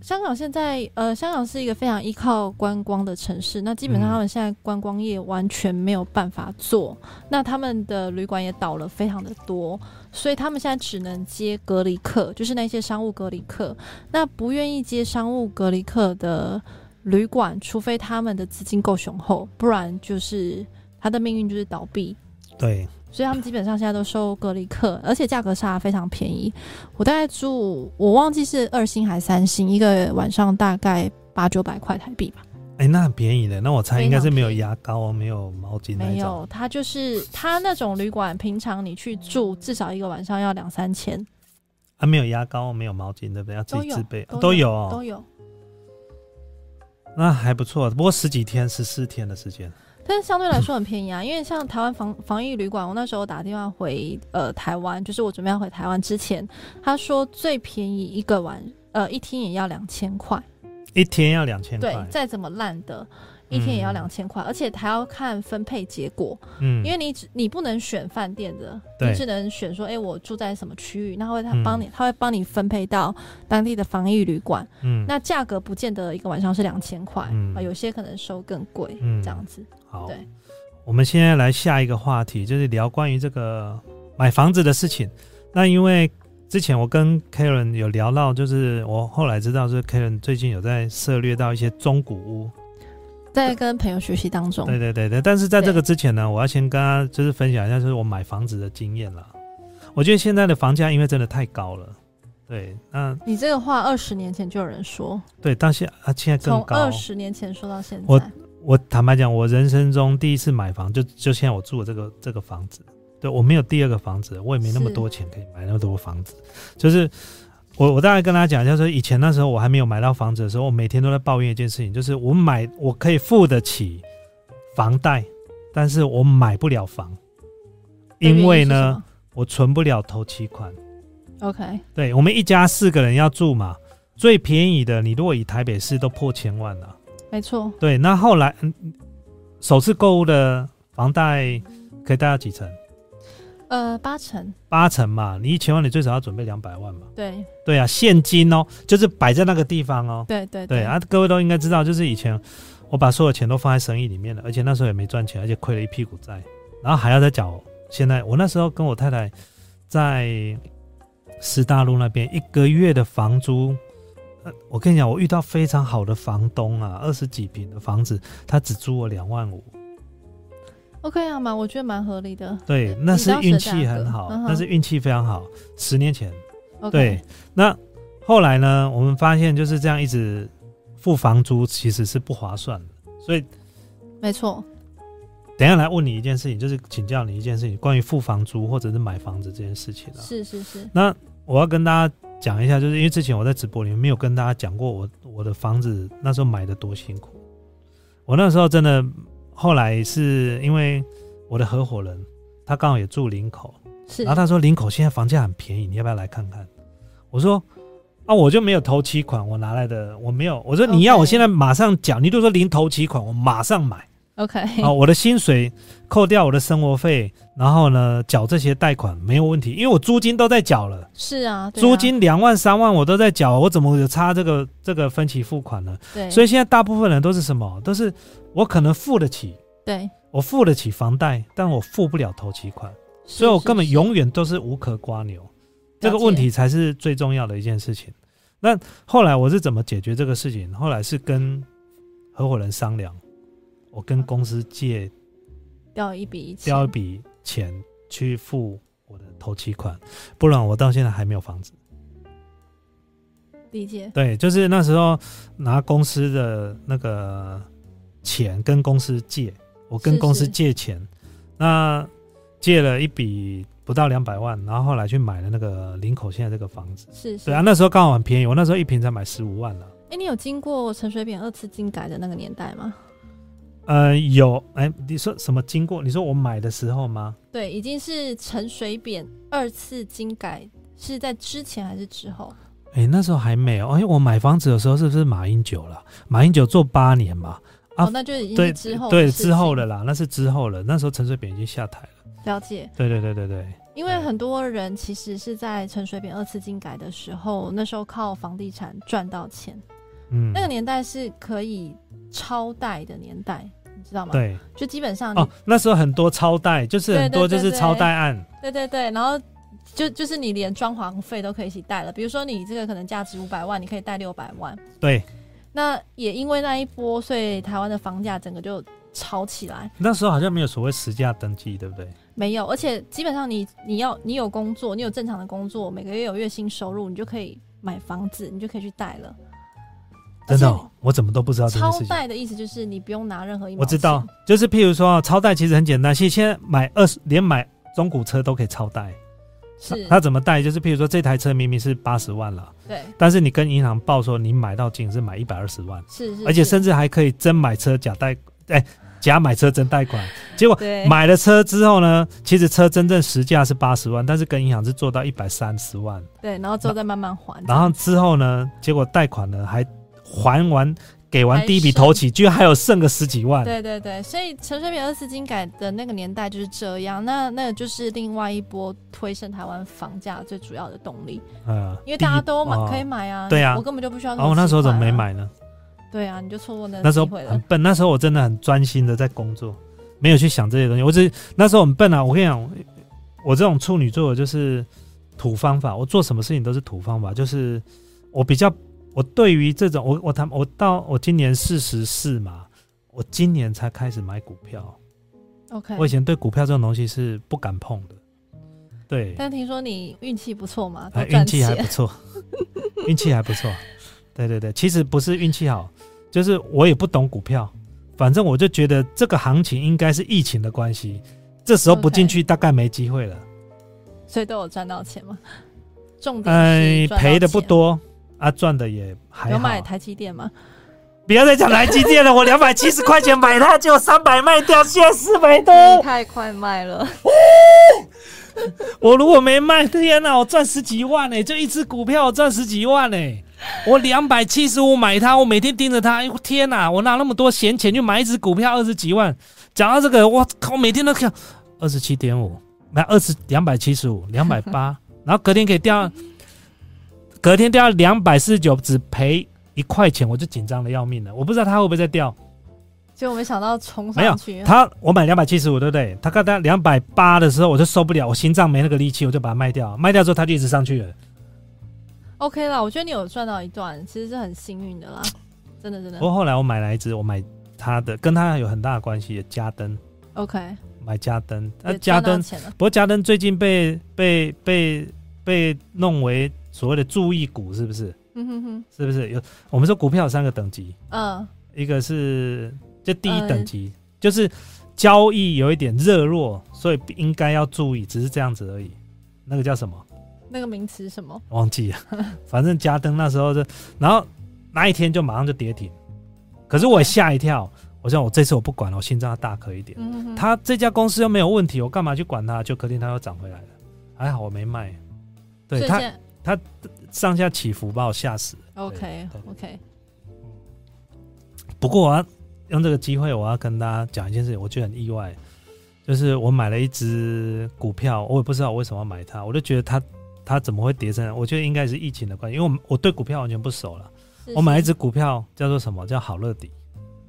B: 香港现在，呃，香港是一个非常依靠观光的城市，那基本上
A: 嗯
B: 他们现在观光业完全没有办法做，那他们的旅馆也倒了非常的多，所以他们现在只能接隔离客，就是那些商务隔离客。那不愿意接商务隔离客的旅馆，除非他们的资金够雄厚，不然就是他的命运就是倒闭。
A: 对，
B: 所以他们基本上现在都收隔离客，而且价格差非常便宜。我大概住，我忘记是二星还是三星，一个晚上大概八九百块台币吧。
A: 哎、那很便宜的。那我猜
B: 非
A: 应该是没有
B: 常便宜
A: 牙膏、没有毛巾那
B: 没
A: 一种。
B: 有，它就是它那种旅馆，平常你去住至少一个晚上要两三千，
A: 啊，没有牙膏，没有毛巾，对不对？要自
B: 都
A: 己
B: 有
A: 自备，
B: 都
A: 都
B: 有
A: 有哦
B: 都。有。
A: 那还不错，不过十几天、十四天的时间。
B: 但是相对来说很便宜啊，因为像台湾防防疫旅馆，我那时候打电话回呃台湾，就是我准备要回台湾之前，他说最便宜一个晚呃一天也要两千块。
A: 一天要两千
B: 对
A: 块，，
B: 再怎么烂的，一天也
A: 嗯
B: 要两千块，而且还要看分配结果，
A: 嗯，
B: 因为你只你不能选饭店的，
A: 对
B: 你只能选说，哎、我住在什么区域，那会他
A: 嗯
B: 帮你，他会帮你分配到当地的防疫旅馆，
A: 嗯，
B: 那价格不见得一个晚上是两千块，
A: 嗯
B: 啊，有些可能收更贵，
A: 嗯
B: 这样子，
A: 好，
B: 对
A: 我们现在来下一个话题，就是聊关于这个买房子的事情。那因为之前我跟 Karen 有聊到，就是我后来知道，就是 Karen 最近有在涉猎到一些中古屋。
B: 在跟朋友学习当中，
A: 对对对对，但是在这个之前呢，我要先跟他就是分享一下，就是我买房子的经验啦。我觉得现在的房价因为真的太高了，对，那
B: 你这个话二十年前就有人说，
A: 对当下啊，现在
B: 从
A: 更高
B: 二。十年前说到现在，
A: 我我坦白讲，我人生中第一次买房就就现在我住的这个这个房子，对我没有第二个房子，我也没那么
B: 是
A: 多钱可以买那么多房子，就是。我我大概跟大家讲一下，说以前那时候我还没有买到房子的时候，我每天都在抱怨一件事情，就是我买我可以付得起房贷，但是我买不了房，
B: 的原
A: 因为
B: 是
A: 呢，我存不了头期款。
B: 什么，OK，
A: 对我们一家四个人要住嘛，最便宜的，你如果以台北市都破千万了。
B: 没错，
A: 对，那后来嗯，首次购物的房贷可以贷到几成？
B: 呃，八成，
A: 八成嘛，你一千万你最少要准备两百万嘛。
B: 对
A: 对啊，现金哦，就是摆在那个地方哦。
B: 对对
A: 对啊，各位都应该知道，就是以前我把所有钱都放在生意里面了，而且那时候也没赚钱，而且亏了一屁股债，然后还要再缴。现在我那时候跟我太太在师大路那边一个月的房租，呃，我跟你讲，我遇到非常好的房东啊，二十几平的房子，他只租我两万五，
B: ，OK 啊，蛮我觉得蛮合理的
A: 对，那是运气很好
B: 你当时的价格嗯，哼
A: 那是运气非常好。十年前，
B: ，OK，
A: 对，那后来呢，我们发现就是这样一直付房租其实是不划算的，所以
B: 没错，
A: 等一下来问你一件事情，就是请教你一件事情，关于付房租或者是买房子这件事情啊。
B: 是是是，
A: 那我要跟大家讲一下，就是因为之前我在直播里面没有跟大家讲过我我的房子那时候买的多辛苦。我那时候真的，后来是因为我的合伙人他刚好也住林口，
B: 是
A: 然后他说林口现在房价很便宜，你要不要来看看？我说啊，我就没有头期款，我哪来的？我没有。我说你要
B: OK
A: 我现在马上缴，你就说零头期款，我马上买。
B: OK，
A: 啊，我的薪水扣掉我的生活费，然后呢缴这些贷款没有问题，因为我租金都在缴了，
B: 是啊，对啊
A: 租金两万三万我都在缴，我怎么有差这个这个分期付款呢？
B: 对，
A: 所
B: 以
A: 以现在大部分人都是什么？都是我可能付得起，
B: 对，
A: 我付得起房贷，但我付不了头期款，
B: 所
A: 所以我根本永远都是无壳瓜牛。这个问题才是最重要的一件事情。那后来我是怎么解决这个事情？后来是跟合伙人商量，我跟公司借
B: 掉一笔钱
A: 调一笔钱去付我的头期款，不然我到现在还没有房子。
B: 理解，
A: 对，就是那时候拿公司的那个钱跟公司借，我跟
B: 是
A: 公司
B: 是
A: 借钱，那借了一笔不到两百万，然后后来去买了那个林口现在这个房子。
B: 是是
A: 对啊，。那时候刚好很便宜，我那时候一平才买十五万了。
B: 哎，你有经过陈水扁二次精改的那个年代吗？
A: 呃，有哎，你说什么经过？你说我买的时候吗？
B: 对，已经是陈水扁二次精改，是在之前还是之后？
A: 哎、那时候还没有。哎、我买房子的时候是不是马英九了？马英九做八年嘛，啊
B: 哦，那就已经
A: 对
B: 是之后
A: 对
B: 的事
A: 之后
B: 情
A: 的啦，那是之后了。那时候陈水扁已经下台了。
B: 了解。
A: 对对对对对，
B: 因为很多人其实是在陈水扁二次精改的时候，那时候靠房地产赚到钱，
A: 嗯，
B: 那个年代是可以超贷的年代，你知道吗？，
A: 对
B: 就基本啊上你、
A: 哦，那时候很多超贷，就是很多
B: 对
A: 就
B: 对对
A: 是超贷案，
B: 对对对，然后就就是你连装潢费都可以一起贷了，比如说你这个可能价值五百万，你可以贷六百万，
A: 对，
B: 那也因为那一波，所以台湾的房价整个就炒起来。
A: 那时候好像没有所谓实价登记，对不对？
B: 没有，而且基本上你你要你有工作，你有正常的工作，每个月有月薪收入，你就可以买房子，你就可以去贷了。
A: 真的哦、我怎么都不知道
B: 而
A: 这
B: 且
A: 件
B: 超
A: 事情。
B: 贷的意思就是你不用拿任何一毛
A: 我知道
B: 钱，
A: 就是譬如说超贷其实很简单，其实现在买二十连买中古车都可以超贷。
B: 是，
A: 他怎么贷？就是譬如说这台车明明是八十万了，
B: 对，
A: 但是你跟银行报说你买到仅是买一百二十万。
B: 是是，
A: 而且
B: 是
A: 甚至还可以真买车假贷，哎、假买车真贷款。结果
B: 对
A: 买了车之后呢，其实车真正实价是八十万，但是跟银行是做到一百三十万。
B: 对，然后之后再慢慢还，
A: 然后之后呢，结果贷款呢还还完，给完
B: 还
A: 第一笔
B: 剩
A: 头期，居然还有剩个十几万。
B: 对对对，所以陈水扁二次金改的那个年代就是这样，那那就是另外一波推升台湾房价最主要的动力，
A: 嗯，
B: 因为大家都买、
A: 第一
B: 可以。买啊，
A: 对啊
B: 我根本就不需要
A: 然
B: 投
A: 后
B: 期款啊。
A: 那时候怎么没买呢？
B: 对啊，你就错过那
A: 那
B: 个
A: 时
B: 机
A: 候
B: 会
A: 很
B: 了。
A: 笨，那时候我真的很专心的在工作，没有去想这些东西。我只那时候很笨啊，我跟你讲，我这种处女座的就是土方法，我做什么事情都是土方法，就是我比较，我对于这种，我我谈我到我今年四十四嘛，我今年才开始买股票，
B: OK，
A: 我以前对股票这种东西是不敢碰的。对，
B: 但听说你运气不错嘛，都
A: 哎运
B: 赚
A: 气还
B: 钱
A: 不。错，运气还不错。对对对，其实不是运气好，就是我也不懂股票，反正我就觉得这个行情应该是疫情的关系，这时候不进
B: OK
A: 去大概没机会了。
B: 所以都有赚到钱嘛。 重点
A: 哎
B: 是，赚到
A: 赔的不
B: 钱。
A: 多啊，赚的也还
B: 有
A: 好。啊
B: 买台积电吗？
A: 不要再讲台积电了，我两百七十块钱买它，结果三百卖掉，现在四百多。
B: 你 太快卖了，
A: 我如果没卖，天哪，我赚十几万呢、就一只股票我赚十几万呢、我两百七十五买它，我每天盯着它，哎呦天哪，我哪那么多闲钱去买一只股票二十几万？讲到这个，我靠，每天都看二十七点五，买二十两百七十五，两百八，然后隔天可以掉，隔天掉两百四十九，只赔一块钱，我就紧张的要命了，我不知道它会不会再掉。
B: 结果没想到冲
A: 没有
B: 上去，
A: 他我买两百七十五，对不对？他刚刚两百八的时候我就受不了，我心脏没那个力气，我就把它卖掉。卖掉之后，他就一直上去了。
B: OK 啦，我觉得你有赚到一段，其实是很幸运的啦，真的真的
A: 不。过后来我买来一只，我买他的，跟他有很大的关系，加登
B: OK，
A: 买加登，那、
B: 也
A: 加
B: 赚到
A: 登，
B: 钱了。
A: 不过加登最近被被被被弄为所谓的注意股，是不是？
B: 嗯哼哼，
A: 是不是有我们说股票有三个等级，
B: 嗯，
A: 一个是这第一
B: 呃
A: 等级、就是交易有一点热络，所以应该要注意，只是这样子而已。那个叫什么？
B: 那个名词是什么？
A: 忘记了， 反正加登那时候就，然后那一天就马上就跌停，可是我也吓一跳，我想我这次我不管了，我心脏要大颗一点。
B: 嗯哼哼，
A: 他这家公司又没有问题，我干嘛去管它？就隔天它又涨回来了，还好我没卖。对
B: 所以
A: 它
B: 现在
A: 上下起伏把我吓死了。
B: OK
A: 对
B: OK，
A: 不过我要用这个机会，我要跟大家讲一件事情，我觉得很意外，就是我买了一只股票，我也不知道我为什么要买它，我就觉得它它怎么会跌成这样？我觉得应该是疫情的关系，因为我我对股票完全不熟了。
B: 是
A: 我买了一
B: 是
A: 只股票叫做什么？叫好乐迪。？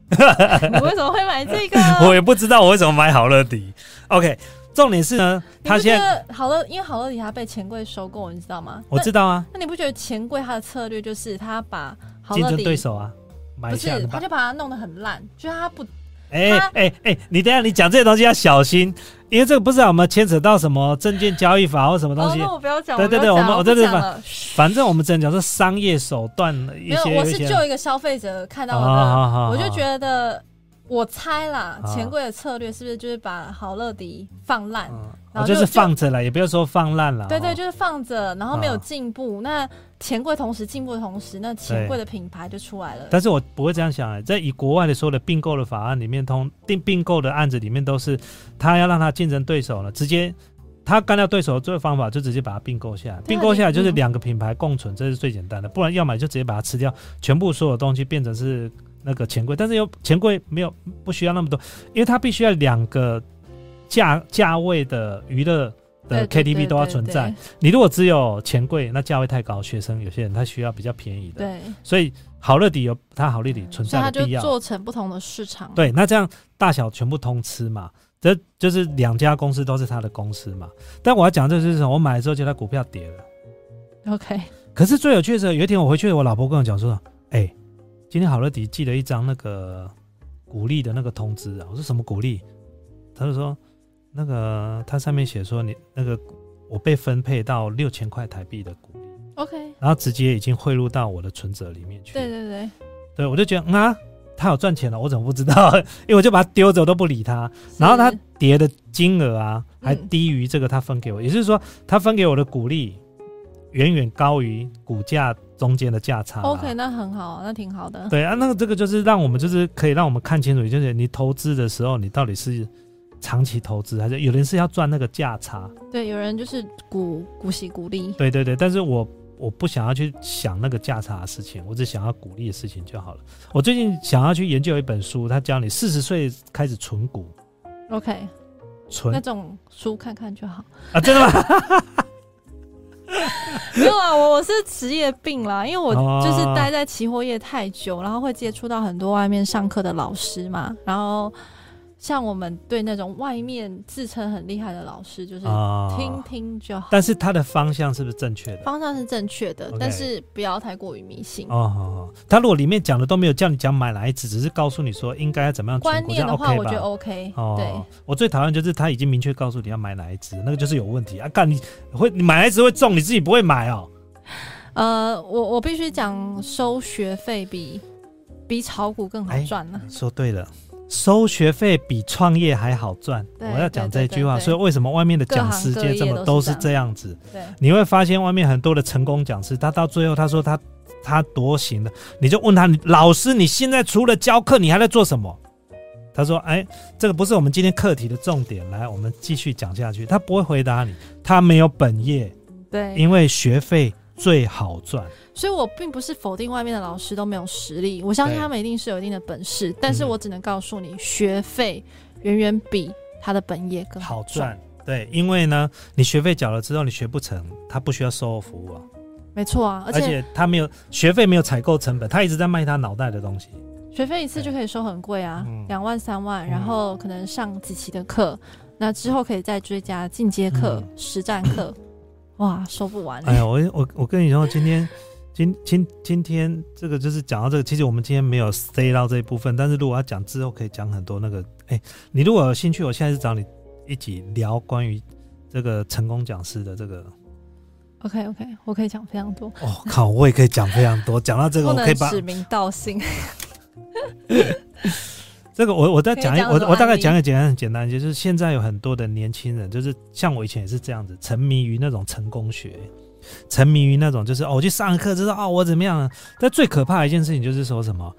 B: 你为什么会买这个
A: 我也不知道我为什么买好乐迪。OK，重点是呢，
B: 你不
A: 他
B: 觉
A: 现在
B: 得好乐，因为好乐迪他被钱柜收购，你知道吗？
A: 我
B: 那
A: 知道啊，
B: 那你不觉得钱柜他的策略就是他把好
A: 竞
B: 乐
A: 争
B: 迪
A: 对手啊，买
B: 不
A: 下
B: 是，
A: 的
B: 他
A: 吧。
B: 就把它弄得很烂，就是他不
A: 哎
B: 他
A: 哎哎，你等一下你讲这些东西要小心，因为这个不知道有没有牵扯到什么证券交易法或什么东
B: 哦，
A: 西
B: 那。我不要讲，
A: 对对对
B: 我
A: 我们我
B: 在
A: 在这
B: 讲
A: 反
B: 了，嘘
A: 反正我们只能讲是商业手段一
B: 没有，
A: 些
B: 我
A: 一
B: 是
A: 些。啊
B: 就一个消费者看到
A: 好好
B: 的，
A: 好
B: 我就觉得我猜啦，
A: 啊
B: 钱柜的策略是不是就是把好乐迪放烂？
A: 嗯，我
B: 然后
A: 就
B: 就是
A: 放着了，也不要说放烂了。
B: 对对，
A: 哦
B: 就是放着，然后没有
A: 啊
B: 进步。那钱柜同时进步的同时，那钱柜的品牌就出来了。
A: 但是我不会这样想、欸，在以国外的所有的并购的法案里面，通并并购的案子里面都是他要让他竞争对手呢，直接他干掉对手的最方法就直接把它并购
B: 啊
A: 下来，并购下来就是两个品牌共存，这是最简单的，不然要么就直接把它吃掉，全部所有东西变成是那个钱柜，但是又钱柜没有不需要那么多，因为它必须要两个价价位的呃娱乐
B: 对
A: 的 KTV 都要存在。，你如果只有钱柜，那价位太高，学生有些人他需要比较便宜的。
B: 对对对对，
A: 所以好乐迪有它好乐迪存
B: 所
A: 在
B: 以他
A: 的
B: 就
A: 必要。
B: 做成不同的市场。
A: 对，那这样大小全部通吃嘛，这就是两家公司都是他的公司嘛。但我要讲这就是什么？我买了之后觉得股票跌了，
B: ，OK，
A: 可是最有趣的是，有一天我回去，我老婆跟我讲说：“哎、今天好乐迪寄了一张那个鼓励的那个通知啊。”我说：“什么鼓励？”他就说：“那个它上面写说你那个我被分配到六千块台币的鼓励，
B: OK，
A: 然后直接已经汇入到我的存折里面去。”
B: 对对对，
A: 对，我就觉得嗯啊，他有赚钱了，我怎么不知道？ 因为我就把它丢着，我都不理他。然后他
B: 是
A: 叠的金额啊，还
B: 嗯
A: 低于这个他分给我，也就是说，他分给我的股利远远高于股价中间的价差啊、
B: OK，那很好，那挺好的。
A: 对啊，那个这个就是让我们就是可以让我们看清楚，也就是你投资的时候，你到底是长期投资，还是有人是要赚那个价差？
B: 对，有人就是鼓鼓喜鼓励，
A: 对对对，但是我我不想要去想那个价差的事情，我只想要鼓励的事情就好了。我最近想要去研究一本书，它教你四十岁开始存股，
B: OK，那
A: 存
B: 种书看看就好。
A: 啊，真的吗？
B: 没有啊，我我是职业病啦，因为我
A: 哦
B: 就是待在期货业太久，然后会接触到很多外面上课的老师嘛，然后像我们对那种外面自称很厉害的老师，就是
A: 啊，
B: 听听就好。
A: 但是它的方向是不是正确的？
B: 方向是正确的
A: OK
B: 但是不要太过于迷信。
A: 哦，好好，他如果里面讲的都没有叫你讲买哪一只，只是告诉你说应该要怎么样存
B: 观
A: 股，这
B: 念
A: 样
B: 的话，
A: OK
B: 我觉
A: 吧
B: 得 OK、
A: 哦
B: 对，，
A: 我最讨厌就是他已经明确告诉你要买哪一只，那个就是有问题啊！干你会你买哪一只会中，你自己不会买哦。
B: 呃，我我必须讲，收学费比比炒股更好
A: 哎
B: 赚呢、
A: 说对了，收学费比创业还好赚，我
B: 对
A: 要讲这句话。
B: 对对对对
A: 所以为什么外面的讲师界这么
B: 各行各业都
A: 都
B: 是
A: 是这样子？
B: 对，
A: 你会发现外面很多的成功讲师，他到最后他说他他多行了，你就问他，你老师你现在除了教课，你还在做什么？他说：“哎，这个不是我们今天课题的重点，来，我们继续讲下去。”他不会回答你，他没有本业，
B: 对，
A: 因为学费最好赚。
B: 所以我并不是否定外面的老师都没有实力，我相信
A: 对
B: 他们一定是有一定的本事，但是
A: 嗯
B: 我只能告诉你，学费远远比他的本业更
A: 好
B: 赚。
A: 赚。对，因为呢，你学费缴了之后，你学不成，他不需要售后服务啊，
B: 没错啊，
A: 而
B: 而且
A: 他没有学费，没有采购成本，他一直在卖他脑袋的 东西。
B: 学费一次就可以收很贵啊
A: 嗯，
B: 两、万三万，
A: 嗯
B: 然后可能上几期的课，那之后可以再追加进阶课、
A: 嗯
B: 实战 课，哇，收不完、
A: 哎呀，我我我跟你说，今天今今今天这个就是讲到这个，其实我们今天没有 stay 到这一部分，但是如果要讲之后，可以讲很多那个。哎，你如果有兴趣，我现在是找你一起聊关于这个成功讲师的这个。
B: OK OK，我可以讲非常多，
A: 哦靠，我也可以讲非常多，讲到这个
B: 不
A: 我可以
B: 能
A: 把
B: 指名道姓。
A: 这个我我再讲一，
B: 可以讲
A: 我
B: 什么
A: 我大概
B: 案例
A: 讲个简单很简单，就是现在有很多的年轻人，就是像我以前也是这样子，沉迷于那种成功学，沉迷于那种就是哦，我去上课知道哦我怎么样了。但最可怕的一件事情就是说什么，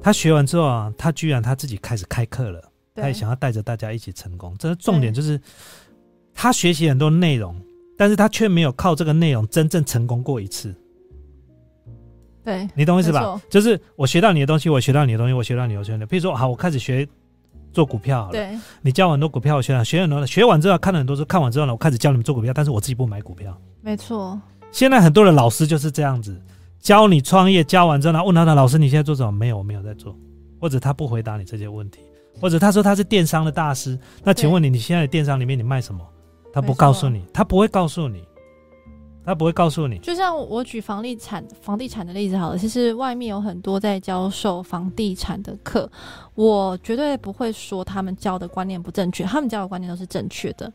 A: 他学完之后啊，他居然他自己开始开课了，他也
B: 对，
A: 想要带着大家一起成功。这重点就是他学习很多内容，但是他却没有靠这个内容真正成功过一次。
B: 对，
A: 你懂我意思
B: 没
A: 吧
B: 错？
A: 就是我学到你的东西，我学到你的东西，我学到你的东西。比如说，好，我开始学做股票好了，
B: 对，
A: 你教我很多股票，我学了学很多，学完之后看了很多书，看完之后呢，我开始教你们做股票，但是我自己不买股票。
B: 没错，
A: 现在很多的老师就是这样子，教你创业，教完之后呢，问他的老师你现在做什么？没有，我没有在做，或者他不回答你这些问题，或者他说他是电商的大师，那请问你，你现在的电商里面你卖什么？他不
B: 没错
A: 告诉你，他不会告诉你，他不会告诉你。
B: 就像我举房地产房地产的例子好了，其实外面有很多在教授房地产的课，我绝对不会说他们教的观念不正确，他们教的观念都是正确的。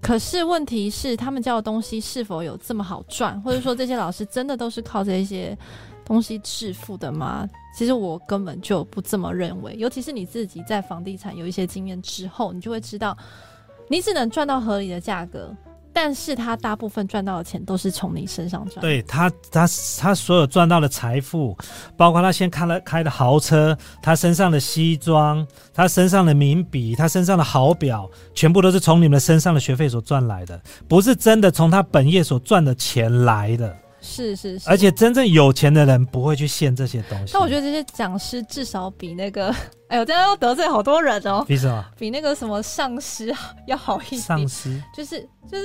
B: 可是问题是，他们教的东西是否有这么好赚，或者说这些老师真的都是靠这些东西致富的吗？其实我根本就不这么认为，尤其是你自己在房地产有一些经验之后，你就会知道，你只能赚到合理的价格，但是他大部分赚到的钱都是从你身上赚。
A: 对他，他他所有赚到的财富，包括他先开了开的豪车，他身上的西装，他身上的名笔，他身上的好表，全部都是从你们身上的学费所赚来的，不是真的从他本业所赚的钱来的。
B: 是是是，
A: 而且真正有钱的人不会去献这些东西。
B: 但我觉
A: 得，
B: 得这些讲师至少比那个， 哎呦，这样要得罪好多人 哦，
A: 为什 么？
B: 比那个什么上师啊要好一
A: 丧
B: 点。
A: 尸
B: 就是就是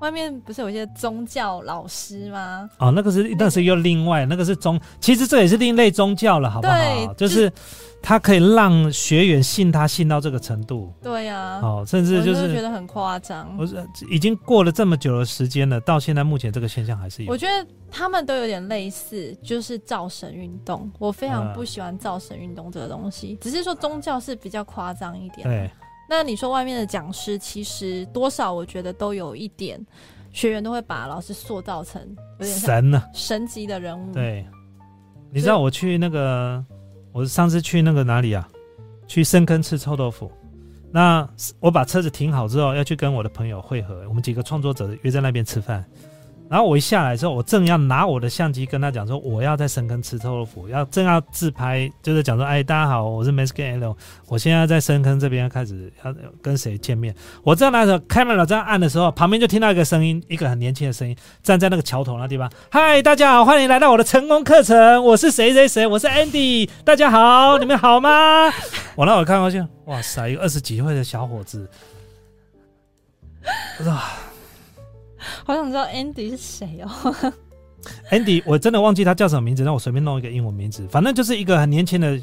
B: 外面不是有一些宗教老师吗？
A: 哦，那个是那是又另外，那个是宗，其实这也是另类宗教了，好不好？
B: 对
A: 就
B: 就是
A: 他可以让学员信他信到这个程度，
B: 对呀、啊，
A: 哦，甚至
B: 我
A: 就
B: 真的
A: 是
B: 觉得很夸张
A: 我。是已经过了这么久的时间了，到现在目前这个现象还是有
B: 我。觉得他们都有点类似，就是造神运动。我非
A: 啊
B: 常不喜欢造神运动这个东西，只是说宗教是比较夸张一点。
A: 对，
B: 那你说外面的讲师，其实多少我觉得都有一点，学员都会把老师塑造成有点像
A: 神啊呢、
B: 神级的人物。
A: 对，你知道我去那个，我上次去那个哪里啊？去深坑吃臭豆腐。那我把车子停好之后，要去跟我的朋友会合，我们几个创作者约在那边吃饭。然后我一下来之后，我正要拿我的相机跟他讲说，我要在深坑吃臭豆腐，要正要自拍，就是讲说，哎，大家好，我是 Mexican L，我现在在深坑这边开始要跟谁见面。我正那时候 camera 这样按的时候，旁边就听到一个声音，一个很年轻的声音，站在那个桥头那地方，嗨，大家好，欢迎来到我的成功课程，我是谁谁谁，我是 Andy，大家好，你们好吗？我那我看过去，哇塞，一个二十几岁的小伙子，我说
B: 好想知道 Andy 是谁 哦。
A: Andy，我真的忘记他叫什么名字，让我随便弄一个英文名字，反正就是一个很年轻的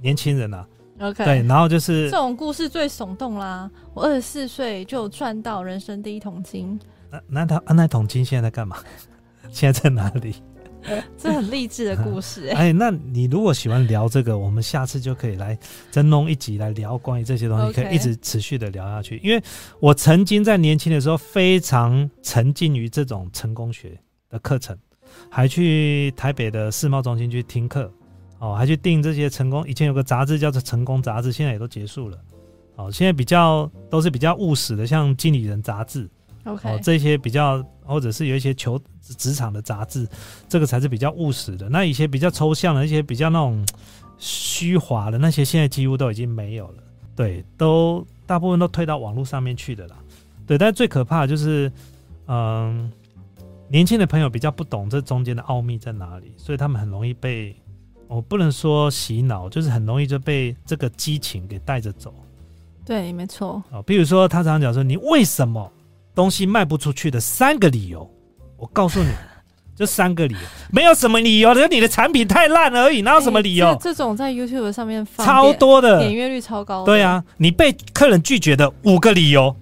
A: 年轻人啊。
B: OK，
A: 对，然后就是
B: 这种故事最耸动啦！我二十四岁就赚到人生第一桶金，
A: 那那他呃那桶金现在在干嘛？ 现在在哪里？
B: 这很励志的 故事、欸。
A: 哎，那你如果喜欢聊这个，我们下次就可以来再弄一集来聊关于这些东西
B: OK
A: 可以一直持续的聊下去。因为我曾经在年轻的时候非常沉浸于这种成功学的课程，还去台北的世贸中心去听课，哦，还去订这些成功。以前有个杂志叫做《成功杂志》，现在也都结束了。哦，现在比较都是比较务实的，像《经理人》杂志，
B: OK，、
A: 哦，这些比较，或者是有一些求职场的杂志，这个才是比较务实的。那一些比较抽象的，一些比较那种虚华的那些，现在几乎都已经没有了。对，都大部分都推到网络上面去的啦。对，但是最可怕的就是，嗯，年轻的朋友比较不懂这中间的奥秘在哪里，所以他们很容易被，我、不能说洗脑，就是很容易就被这个激情给带着走。
B: 对，没错，
A: 哦，比如说他常常讲说，你为什么东西卖不出去的三个理由，我告诉你，就三个理由，没有什么理由，只是你的产品太烂而已，哪有什么理由？
B: 哎这这种在 YouTube 上面放
A: 超
B: 点
A: 多的
B: 点，阅率超高。
A: 对，啊，你被客人拒绝的五个理由，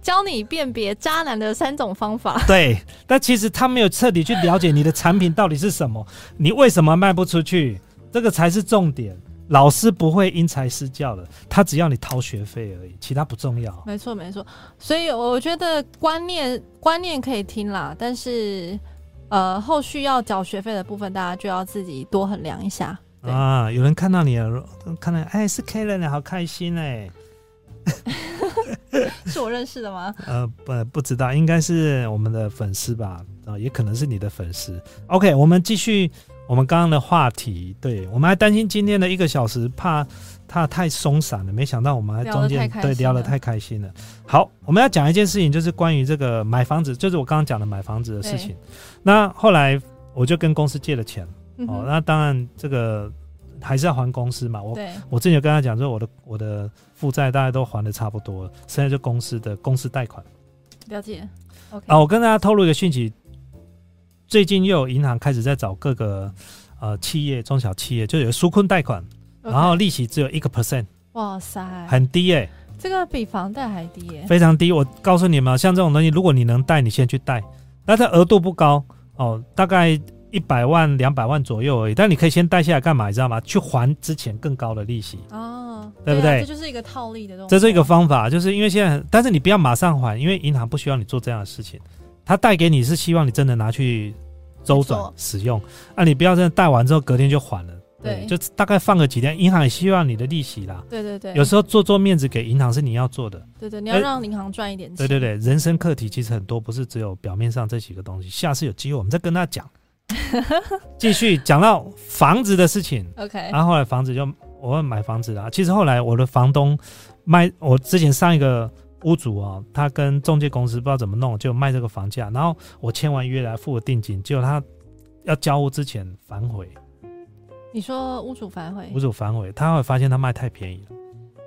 B: 教你辨别渣男的三种方法。
A: 对，但其实他没有彻底去了解你的产品到底是什么，你为什么卖不出去，这个才是重点。老师不会因材施教的，他只要你掏学费而已，其他不重要。
B: 没错，没错。所以我觉得观念观念可以听啦，但是呃，后续要缴学费的部分，大家就要自己多衡量一下。对
A: 啊，有人看到你了，看到哎是 Karen，好开心哎、
B: 是我认识的吗？
A: 呃，不不知道，应该是我们的粉丝吧，啊、也可能是你的粉丝。OK，我们继续我们刚刚的话题。对，我们还担心今天的一个小时怕怕太松散了，没想到我们还中间
B: 聊得太开心
A: 对
B: 了
A: 聊得太开心了。好，我们要讲一件事情，就是关于这个买房子，就是我刚刚讲的买房子的事情
B: 对。
A: 那后来我就跟公司借了钱，
B: 嗯
A: 哦，
B: 哼
A: 那当然这个还是要还公司嘛，我
B: 对，
A: 我之前有跟他讲说，我的我的负债大概都还的差不多了，剩下就公司的公司贷款
B: 了解。OK，
A: 啊。我跟大家透露一个讯息，最近又有银行开始在找各个呃企业、中小企业，就有纾困贷款，
B: OK 哎
A: 然后利息只有一个 percent，
B: 哇塞，
A: 很低耶、
B: 这个比房贷还低耶、
A: 非常低。我告诉你们啊，像这种东西，如果你能贷，你先去贷，但它额度不高哦，大概。一百万、两百万左右而已，但你可以先贷下来干嘛？你知道吗？去还之前更高的利息。
B: 哦，
A: 对不
B: 啊
A: 对
B: 这就是一个套利的东西。
A: 这是一个方法，就是因为现在，但是你不要马上还，因为银行不需要你做这样的事情，他贷给你是希望你真的拿去周转
B: 没错
A: 使用，啊，你不要真的贷完之后隔天就还了，
B: 对
A: 就大概放个几天，银行也希望你的利息啦。
B: 对对对，
A: 有时候做做面子给银行是你要做的，
B: 对对，你要
A: 哎
B: 让银行赚一点钱。
A: 对对对，人生课题其实很多，不是只有表面上这几个东西。下次有机会我们再跟他 讲，继续讲到房子的事情。
B: OK，
A: 然后后来房子就我买房子啦。其实后来我的房东卖，我之前上一个屋主哦，他跟中介公司不知道怎么弄，就卖这个房价。然后我签完约来付了定金，结果他要交屋之前反悔，
B: 你说屋主反悔
A: 屋，主反悔，他会发现他卖太便宜了。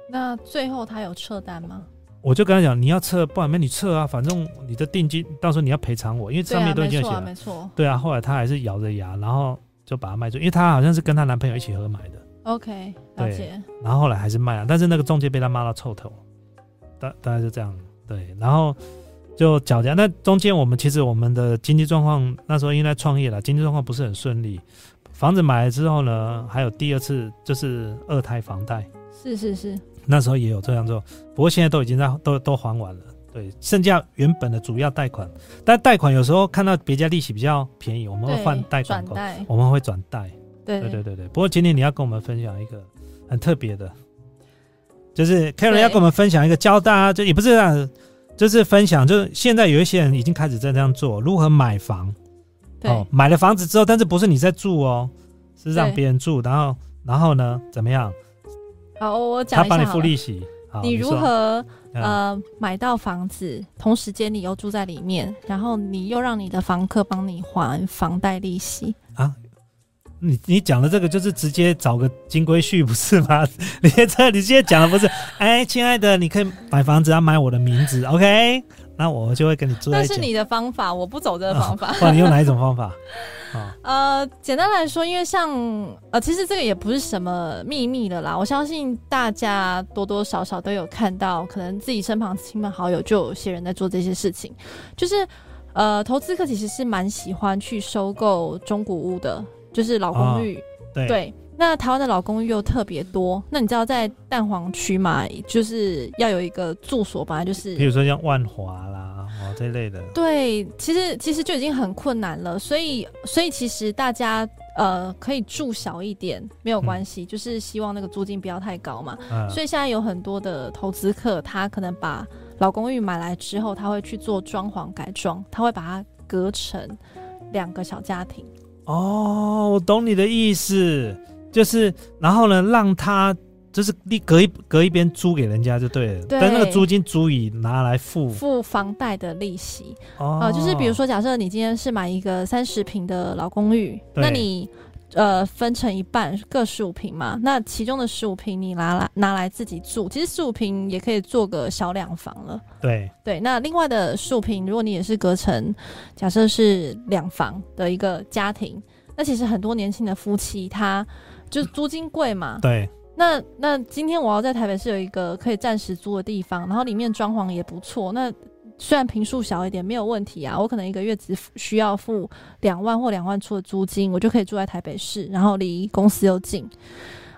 B: 那最后他有撤单吗？
A: 我就跟他讲，你要撤，不然没你撤啊，反正你的定金到时候你要赔偿我，因为
B: 对
A: 上
B: 啊，
A: 面都已
B: 没
A: 经有
B: 错
A: 写
B: 啊，
A: 了
B: 没。错。
A: 对啊，后来他还是咬着牙，然后就把它卖出，因为她好像是跟她男朋友一起合买的。
B: OK，了
A: 对
B: 解。
A: 然后后来还是卖了，但是那个中介被他骂到臭头，大大概就这样，对，然后就缴交。那中间我们其实我们的经济状况那时候因为在创业了，经济状况不是很顺利，房子买了之后呢，还有第二次就是二胎房贷，
B: 是是是，
A: 那时候也有这样做，不过现在都已经在都都还完了。对，剩下原本的主要贷款，但贷款有时候看到别家利息比较便宜，我们会
B: 对
A: 换贷款
B: 转
A: 公，
B: 贷，
A: 我们会转贷。
B: 对
A: 对对对对。不过今天你要跟我们分享一个很特别的，就是 Karen 要跟我们分享一个教大家，就也不是啊，就是分享，就是现在有一些人已经开始在这样做，如何买房
B: 对
A: 哦，买了房子之后，但是不是你在住哦，是让
B: 对
A: 别人住，然后然后呢怎么样？
B: 好，我讲
A: 他
B: 一下
A: 帮你
B: 好
A: 付
B: 了
A: 利息，好，
B: 啊你如
A: 说？
B: 何
A: 嗯
B: 呃买到房子，同时间你又住在里面，然后你又让你的房客帮你还房贷利息，
A: 你你讲的这个就是直接找个金龟婿不是吗？ 你这你直接讲的 不是？哎，亲爱的，你可以买房子要买我的名字，OK？那我就会跟你坐在
B: 那
A: 一起。
B: 是你的方法，我不走这个啊 方法。
A: 哦不然你用哪一种 方法？
B: 呃，简单来说，因为像呃，其实这个也不是什么秘密了啦。我相信大家多多少少都有看到，可能自己身旁亲朋好友就有些人在做这些事情。就是呃，投资客其实是蛮喜欢去收购中古屋的，就是老公寓。
A: 啊对
B: 对，那台湾的老公寓又特别多。那你知道在蛋黄区嘛，就是要有一个住所，本来就是
A: 比如说像万华啦，哦这类的，
B: 对，其实其实就已经很困难了，所以所以其实大家呃可以住小一点没有关系，就是希望那个租金不要太高嘛。
A: 嗯，
B: 所以现在有很多的投资客，他可能把老公寓买来之后，他会去做装潢改装，他会把它隔成两个小家庭。
A: 哦，我懂你的意思，就是然后呢，让他就是你隔一隔一边租给人家就对了，
B: 对
A: 但那个租金足以拿来付
B: 付房贷的利息，
A: 哦、
B: 呃，就是比如说，假设你今天是买一个三十平的老公寓，
A: 对
B: 那你呃分成一半，各十五平嘛，那其中的十五平你拿来拿来自己住，其实十五平也可以做个小两房了。
A: 对
B: 对，那另外的十五平，如果你也是隔成，假设是两房的一个家庭，那其实很多年轻的夫妻他。就是租金贵嘛，
A: 对
B: 那那今天我要在台北市有一个可以暂时租的地方，然后里面装潢也不错。那虽然平数小一点，没有问题啊。我可能一个月只需要付两万或两万出的租金，我就可以住在台北市，然后离公司又近。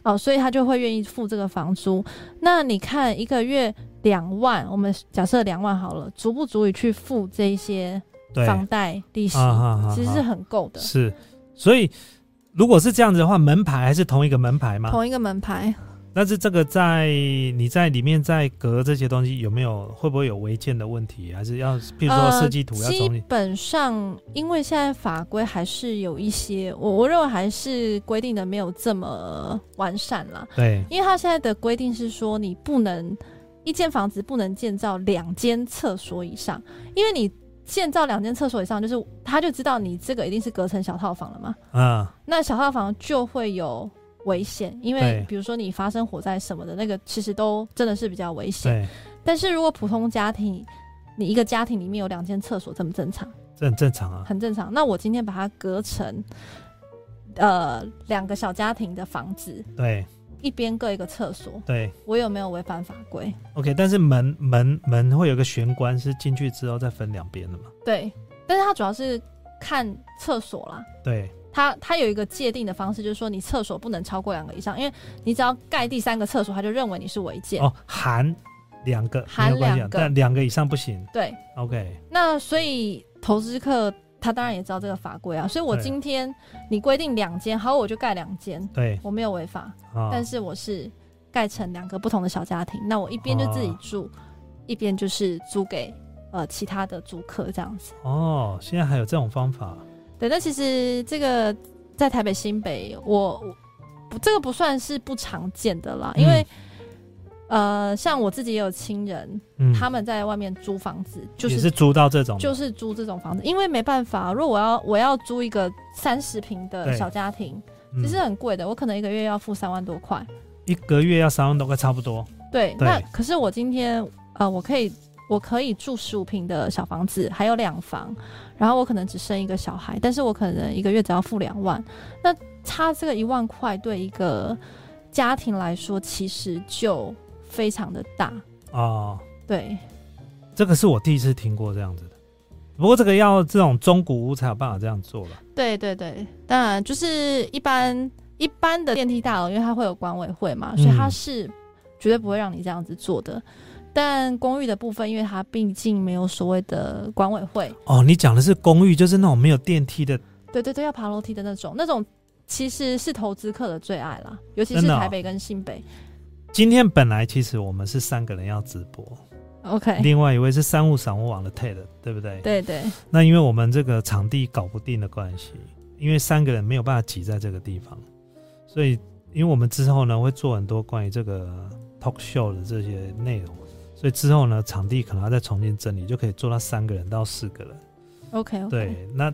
B: 哦，所以他就会愿意付这个房租。那你看一个月两万，我们假设两万好了，足不足以去付这一些
A: 对
B: 房贷利息？
A: 啊
B: 其实是很够的。
A: 是，所以如果是这样子的话，门牌还是同一个门牌吗？
B: 同一个门牌，
A: 但是这个在你在里面再隔这些东西，有没有会不会有违建的问题？还是要譬如说设计图要
B: 呃、基
A: 重新、
B: 本上，因为现在法规还是有一些，我我认为还是规定的没有这么完善啦。
A: 对
B: 因为它现在的规定是说，你不能一间房子不能建造两间厕所以上，因为你建造两间厕所以上，就是他就知道你这个一定是隔成小套房了嘛。
A: 嗯
B: 那小套房就会有危险，因为
A: 对
B: 比如说你发生火灾什么的，那个其实都真的是比较危险。
A: 对，
B: 但是如果普通家庭，你一个家庭里面有两间厕所，这么正常，
A: 这很正常啊。
B: 很正常。那我今天把它隔成，呃，两个小家庭的房子，
A: 对
B: 一边各一个厕所，
A: 对
B: 我有没有违反法规？
A: ，OK，但是门门门会有个玄关，是进去之后再分两边的嘛？
B: 对，但是它主要是看厕所啦。
A: 对
B: 它它有一个界定的方式，就是说你厕所不能超过两个以上，因为你只要盖第三个厕所，他就认为你是违建。
A: 哦，含两个没
B: 含
A: 有关系啊
B: 两，个
A: 但两个以上不行。
B: 对，
A: OK，
B: 那所以投资客他当然也知道这个法规啊，所以我
A: 对
B: 今天你规定两间，好，我就盖两间，
A: 对
B: 我没有违法，
A: 啊，
B: 但是我是盖成两个不同的小家庭，那我一边就自己
A: 啊
B: 住，一边就是租给呃其他的租客这样子。
A: 哦，现在还有这种方法
B: 对，那其实这个在台北新北，我我不这个不算是不常见的啦，
A: 嗯
B: 因为、呃，像我自己也有亲人，
A: 嗯，
B: 他们在外面租房子，就
A: 也
B: 是
A: 是租到这种，
B: 就是租这种房子，因为没办法，如果我要我要租一个三十平的
A: 对
B: 小家庭，
A: 嗯
B: 其实很贵的，我可能一个月要付三万多块。
A: 一个月要三万多块，差不多。
B: 对，
A: 对
B: 那可是我今天呃，我可以我可以住十五平的小房子，还有两房，然后我可能只生一个小孩，但是我可能一个月只要付两万，那差这个一万块对一个呃家庭来说其实就非常的大。
A: 哦，
B: 对，
A: 这个是我第一次听过这样子的。不过这个要这种中古屋才有办法这样做了。
B: 对对对，当然就是一般一般的电梯大楼，因为它会有管委会嘛，
A: 嗯
B: 所以它是绝对不会让你这样子做的。但公寓的部分，因为它毕竟没有所谓的管委会，
A: 哦，你讲的是公寓，就是那种没有电梯的，
B: 对对对，要爬楼梯的那种，那种其实是投资客的最爱啦，尤其
A: 真
B: 是
A: 的哦
B: 台北跟新北。
A: 今天本来其实我们是三个人要直播，
B: OK，
A: 另外一位是商务散户网的 Ted，对不对？。
B: 对对
A: 那因为我们这个场地搞不定的关系，因为三个人没有办法挤在这个地方，所以因为我们之后呢会做很多关于这个 talk show 的这些内容，所以之后呢场地可能要再重新整理，就可以做到三个人到四个人。
B: ，OK OK，
A: 对，那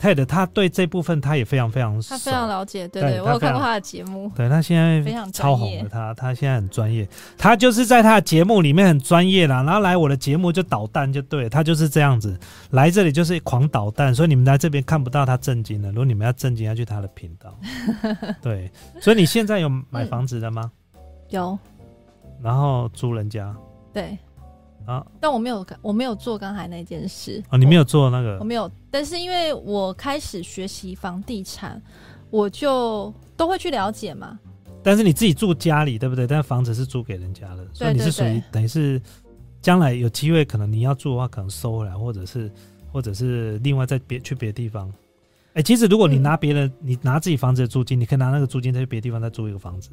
A: Ted 他对这部分他也非常非常
B: 他
A: 熟
B: 非常了解，对
A: 对
B: 对，
A: 他
B: 我有
A: 非
B: 看
A: 常
B: 过他的节目，
A: 对他现在
B: 非常专
A: 超红
B: 业
A: 的他，他现在很专业，他就是在他的节目里面很专业啦，然后来我的节目就捣蛋就对了，他就是这样子，来这里就是狂捣蛋，所以你们来这边看不到他震惊的，如果你们要震惊，要去他的频 道。对，所以你现在有买房子了吗？
B: 有嗯
A: 然后租人家
B: 对，
A: 啊？
B: 但我没有我没有做刚才那件事
A: 哦，你没
B: 有
A: 有做那个
B: 我没有，但是因为我开始学习房地产，我就都会去了解嘛，
A: 但是你自己住家里对不对？但房子是租给人家的，所以你
B: 对
A: 是属于
B: 对
A: 等于是将来有机会，可能你要住的话，可能收回来，或者是或者是另外再别去别的地方。哎、其实如果你
B: 嗯
A: 拿别人，你拿自己房子的租金，你可以拿那个租金再去别的地方再租一个房子，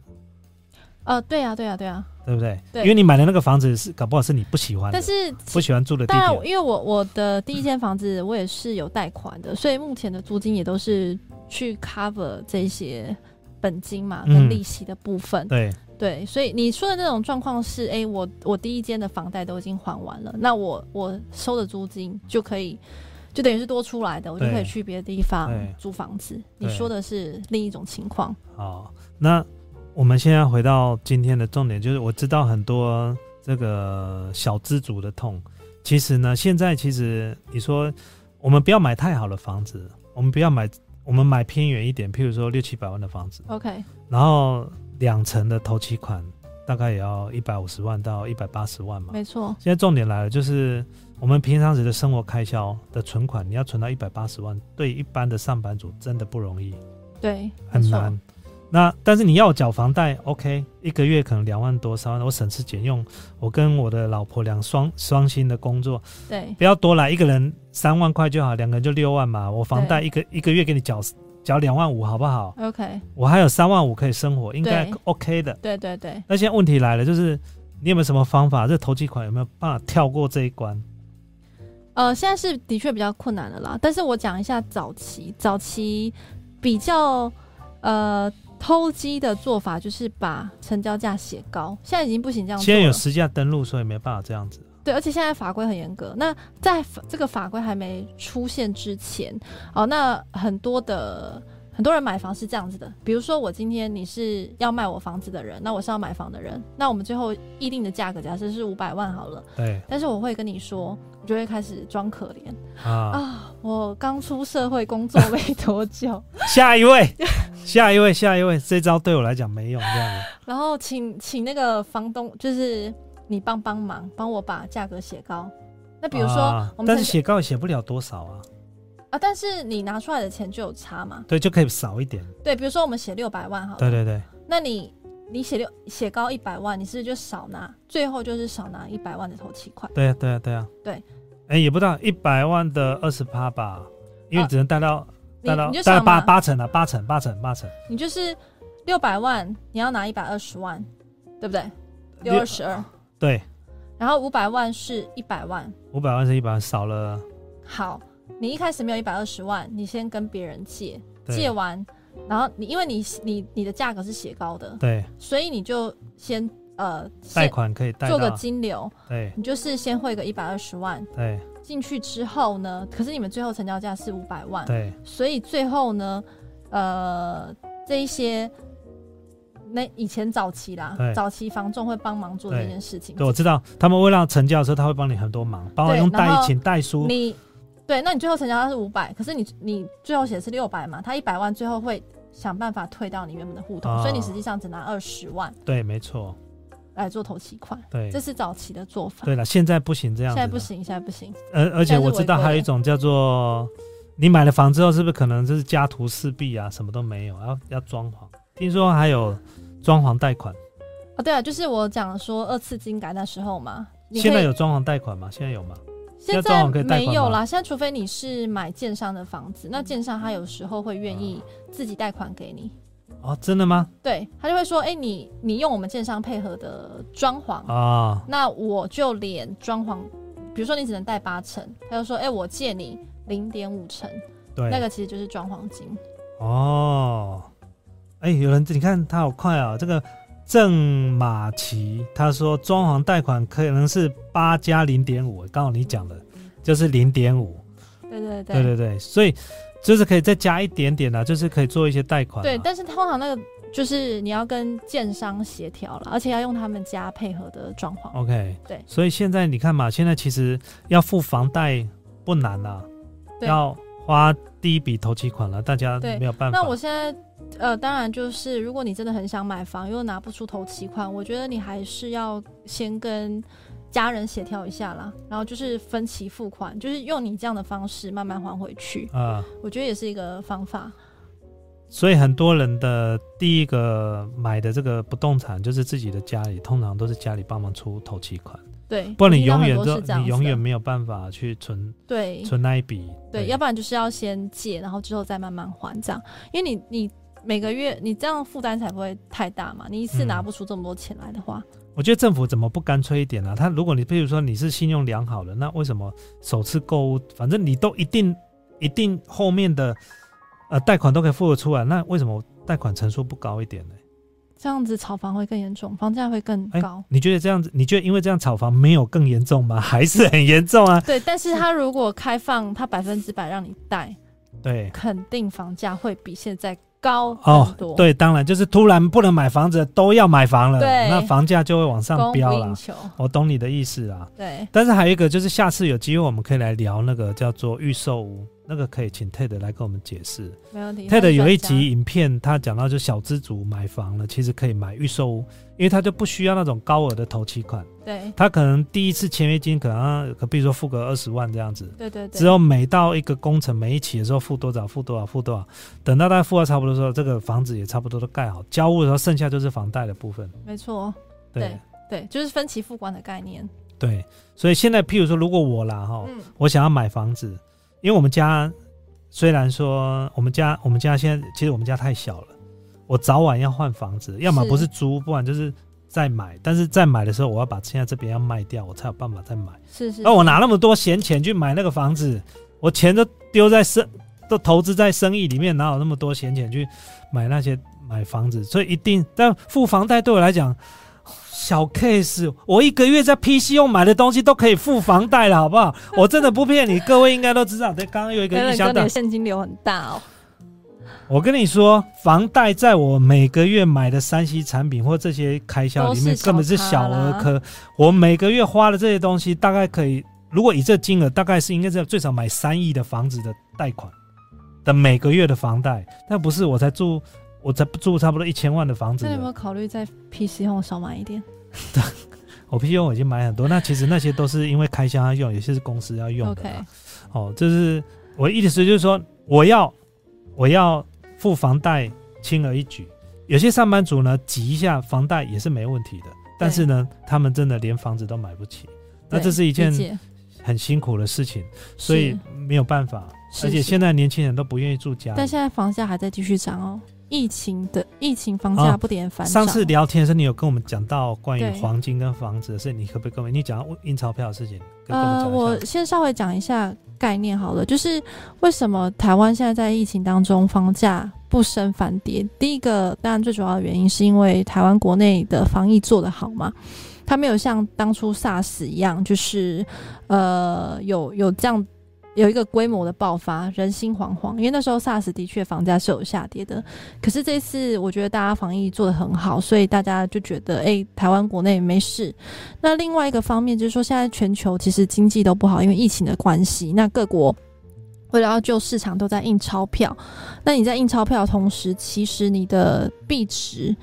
B: 呃，对啊，对啊，对啊，
A: 对不对？
B: 对
A: 因为你买的那个房子是搞不好是你不喜欢的，
B: 但是
A: 不喜欢住的呃地
B: 当然，
A: 点。
B: 因为我我的第一间房子我也是有贷款的，所以目前的租金也都是去 cover 这些本金嘛
A: 嗯
B: 跟利息的部分。
A: 对，
B: 对，所以你说的那种状况是，哎、我我第一间的房贷都已经还完了，那我我收的租金就可以。就等于是多出来的，我就
A: 对
B: 可以去别的地方
A: 对
B: 租房子。你
A: 对
B: 说的是另一种情况，
A: 好，那我们现在回到今天的重点，就是我知道很多这个小资族的痛。其实呢，现在其实你说我们不要买太好的房子，我们不要买，我们买偏远一点，譬如说六七百万的房子，
B: OK，
A: 然后两层的头期款大概也要一百五十万到一百八十万嘛。
B: 没错，
A: 现在重点来了，就是我们平常时的生活开销的存款，你要存到一百八十万，对一般的上班族真的不容易。
B: 对，
A: 很
B: 没错
A: 难。那但是你要我缴房贷，OK，一个月可能两万多、三万，我省吃俭用，我跟我的老婆两双双薪的工作，
B: 对
A: 不要多来，一个人三万块就好，两个人就六万嘛。我房贷一个一个月给你缴缴两万五，好不好？
B: ，OK，
A: 我还有三万五可以生活，应该
B: 对
A: OK 的。
B: 对对对，
A: 那现在问题来了，就是你有没有什么方法？这投机款有没有办法跳过这一关？
B: 呃，现在是的确比较困难的啦，但是我讲一下早期，早期比较呃偷鸡的做法就是把成交价写高，现在已经不行这样做
A: 现在有
B: 了。
A: 实价登录，所以没办法这样子。
B: 对，而且现在法规很严格。那在法这个法规还没出现之前，哦，那很多的很多人买房是这样子的，比如说我今天你是要卖我房子的人，那我是要买房的人，那我们最后议定的价格假设是五百万好了，
A: 对
B: 但是我会跟你说，我就会开始装可怜。
A: 啊，
B: 啊，我刚出社会工作没多久，
A: 下一位，下一位，下一位，这招对我来讲没用，这样子。
B: 然后请请那个房东，就是你帮帮忙，帮我把价格写高。那比如说
A: 啊
B: 我们曾经、
A: 但是写高也写不了多少啊，
B: 啊，但是你拿出来的钱就有差嘛。
A: 对，就可以少一点。
B: 对，比如说我们写六百万好了，
A: 对对对，
B: 那你你写六写高一百万，你是不是就少拿？最后就是少拿一百万的头期款。
A: 对啊对啊对啊。
B: 对，
A: 哎，也不到一百万的二十趴吧，因为
B: 啊
A: 只能贷到
B: 你
A: 贷到
B: 你就
A: 贷到
B: 想
A: 八
B: 嘛，
A: 八成啊，八成八成八成，
B: 你就是六百万，你要拿一百二十万，对不对？六
A: 六
B: 二十二，
A: 对，
B: 然后五百万是一百万，
A: 五百万是一百万少了，
B: 好，你一开始没有一百二十万，你先跟别人借，
A: 对
B: 借完，然后你因为你你你的价格是写高的，
A: 对，
B: 所以你就先呃
A: 贷
B: 先
A: 款可以贷
B: 做个
A: 到，
B: 金流，
A: 对
B: 你就是先汇个一百二十万
A: 对
B: 进去之后呢，可是你们最后成交价是五百万，
A: 对
B: 所以最后呢，呃，这一些。那以前早期啦
A: 对，
B: 早期房仲会帮忙做这
A: 对
B: 件事情。
A: 对，我知道，他们为了成交的时候，他会帮你很多忙，帮我
B: 对
A: 用
B: 然
A: 代
B: 后
A: 请代书，
B: 你对，那你最后成交价是五百，可是你你最后写的是六百嘛？他一百万最后会想办法退到你原本的户头，
A: 哦
B: 所以你实际上只拿二十万
A: 对，没错，
B: 来做头期款，
A: 对
B: 这是早期的做法。
A: 对了，现在不行这样
B: 现
A: 子
B: 在
A: 了，
B: 不行，现在不行。
A: 而而且
B: 但是
A: 我知道
B: 违规
A: 还有一
B: 的
A: 种叫做，你买了房之后是不是可能就是家徒四壁啊，什么都没有，要要装潢。听说还有装潢贷款，
B: 哦，对啊，就是我讲说二次金改那时候嘛，你可以
A: 现在有装潢贷款吗？现在有吗？
B: 现
A: 装
B: 在
A: 潢可以贷款
B: 没有啦，现在除非你是买建商的房子，那建商他有时候会愿意
A: 啊
B: 自己贷款给你，
A: 哦，真的吗？
B: 对他就会说，哎、你你用我们建商配合的装潢，
A: 啊、
B: 那我就连装潢，比如说你只能贷八成，他就说，哎、我借你零点五成，
A: 对，
B: 那个其实就是装潢金。
A: 哦，哎，有人你看他好快啊、这个郑马奇他说装潢贷款可能是八加零点五，刚好你讲的就是零点五，
B: 对对对
A: 对对对，所以就是可以再加一点点啦，就是可以做一些贷款啦。啊
B: 对，但是通常那个就是你要跟建商协调了，而且要用他们家配合的装潢。
A: OK，
B: 对
A: 所以现在你看嘛，现在其实要付房贷不难啦，
B: 对
A: 要花第一笔头期款了，大家
B: 对
A: 没有办法。
B: 那我现在，呃，当然就是，如果你真的很想买房，又拿不出头期款，我觉得你还是要先跟家人协调一下啦，然后就是分期付款，就是用你这样的方式慢慢还回去，
A: 啊、
B: 我觉得也是一个方法。
A: 所以很多人的第一个买的这个不动产就是自己的家里，通常都是家里帮忙出头期款，
B: 对，
A: 不然你
B: 我
A: 永
B: 遇到
A: 远
B: 很多
A: 都
B: 是这样
A: 你
B: 子的
A: 永远没有办法去存
B: 对
A: 存那一笔。
B: 对，要不然就是要先借，然后之后再慢慢还这样，因为你你。每个月你这样负担才不会太大嘛，你一次
A: 嗯
B: 拿不出这么多钱来的话，
A: 我觉得政府怎么不干脆一点呢、啊？他如果你譬如说你是信用良好的，那为什么首次购物，反正你都一定一定后面的呃贷款都可以付得出来，那为什么贷款成数不高一点呢？
B: 这样子炒房会更严重，房价会更
A: 哎
B: 高。
A: 你觉得这样子，你觉得因为这样炒房没有更严重吗？ 还是很严重啊？
B: 对，但是他如果开放，他百分之百让你贷，
A: 对。
B: 肯定房价会比现在高
A: 哦
B: 很多，，
A: 对，当然就是突然不能买房子，都要买房了，
B: 对
A: 那房价就会往上
B: 供
A: 飙
B: 不
A: 了
B: 应。求，
A: 我懂你的意思啊，
B: 对，
A: 但是还有一个就是，下次有机会我们可以来聊那个叫做预售屋，那个可以请 Ted 来跟我们解释。
B: 没问题。他
A: Ted
B: 是
A: 有
B: 专
A: 一
B: 家
A: 集影片，他讲到就小资族买房了，其实可以买预售屋，因为他就不需要那种高额的头期款，
B: 对
A: 他可能第一次签约金可能啊可比如说付个二十万这样子，
B: 对对对，
A: 之后每到一个工程每一期的时候付多少付多少付多少，等到他付到差不多的时候，这个房子也差不多都盖好，交屋的时候剩下就是房贷的部分。
B: 没错，
A: 对
B: 对，就是分期付款的概念。
A: 对，所以现在譬如说，如果我啦哈，
B: 嗯，
A: 我想要买房子，因为我们家虽然说我们家我们家现在其实我们家太小了，我早晚要换房子，要么
B: 是
A: 不是租，不然就是再买。但是再买的时候，我要把现在这边要卖掉，我才有办法再买。
B: 是是。
A: 那我拿那么多闲钱去买那个房子，我钱都丢在生都投资在生意里面，哪有那么多闲钱去买那些买房子？所以一定，但付房贷对我来讲。小 case，我一个月在 PCO 买的东西都可以付房贷了，好不好？我真的不骗你，各位应该都知道。对，刚 刚有一个
B: 可能
A: 印象
B: 哥，你
A: 的
B: 的，现金流很大哦。
A: 我跟你说，房贷在我每个月买的三 C 产品或这些开销里面
B: 都是，小
A: 根本是小儿科。我每个月花的这些东西，大概可以，如果以这金额，大概是应该是最少买三亿的房子的贷款的每个月的房贷。那不是我才住，我才住差不多一千万的房子
B: 那你有没
A: 了。
B: 有考虑在 PC Home 少买一点？
A: 我 P U 我已经买很多，那其实那些都是因为开销要用，有些是公司要用的
B: OK，
A: 啦。哦，就是我的意思就是说，我要我要付房贷轻而易举。有些上班族呢，挤一下房贷也是没问题的，但是呢，他们真的连房子都买不起，那
B: 对
A: 这是一件
B: 理解
A: 很辛苦的事情，所以没有办法。
B: 是
A: 而且
B: 是
A: 现在年轻人都不愿意住家里。
B: 但现在房价还在继续涨哦。疫情的疫情房
A: 啊
B: 价不跌反涨。
A: 上次聊天的时候，你有跟我们讲到关于
B: 对
A: 黄金跟房子的事，你可不可以跟我们你讲到印钞票的事情，跟我们
B: 呃，
A: 讲一下？
B: 我先稍微讲一下概念好了，就是为什么台湾现在在疫情当中房价不升反跌？第一个，当然最主要的原因是因为台湾国内的防疫做得好嘛，它没有像当初 SARS 一样，就是呃有有这样。有一个规模的爆发，人心惶惶。因为那时候 SARS 的确房价是有下跌的，可是这次我觉得大家防疫做得很好，所以大家就觉得，哎、台湾国内没事，那另外一个方面就是说，现在全球其实经济都不好，因为疫情的关系，那各国为了要救市场，都在印钞票。那你在印钞票的同时，其实你的币值，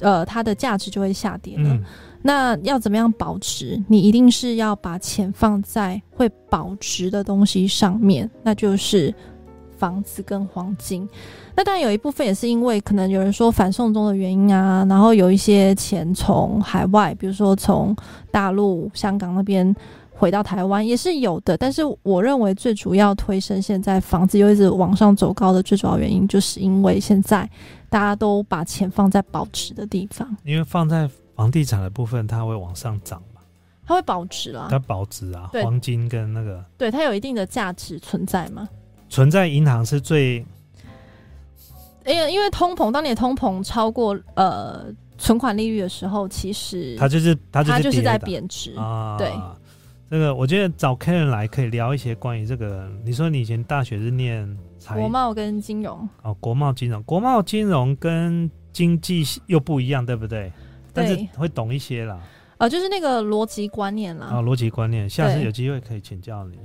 B: 呃，它的价值就会下跌了。
A: 嗯，
B: 那要怎么样保值？你一定是要把钱放在会保值的东西上面，那就是房子跟黄金。那当然有一部分也是因为可能有人说反送中的原因啊，然后有一些钱从海外，比如说从大陆、香港那边。回到台湾也是有的，但是我认为最主要推升现在房子又一直往上走高的最主要原因，就是因为现在大家都把钱放在保值的地方，
A: 因为放在房地产的部分，它会往上涨嘛，
B: 它会保值啦。
A: 它保值啊，
B: 对
A: 黄金跟那个
B: 对，它有一定的价值存在嘛？
A: 存在银行是最
B: 因为因为通膨，当你的通膨超过呃存款利率的时候，其实
A: 它就是它就是
B: 嗯它就是
A: 跌的
B: 在贬值。
A: 啊。
B: 对，
A: 这个我觉得找 Karen 来可以聊一些关于这个。你说你以前大学是念才
B: 国贸跟金融，
A: 哦，国贸金融，国贸金融跟经济又不一样，对不对？但是
B: 对
A: 会懂一些啦，
B: 呃，就是那个逻辑观念啦。
A: 啊，逻辑观念，下次
B: 对
A: 有机会可以请教你，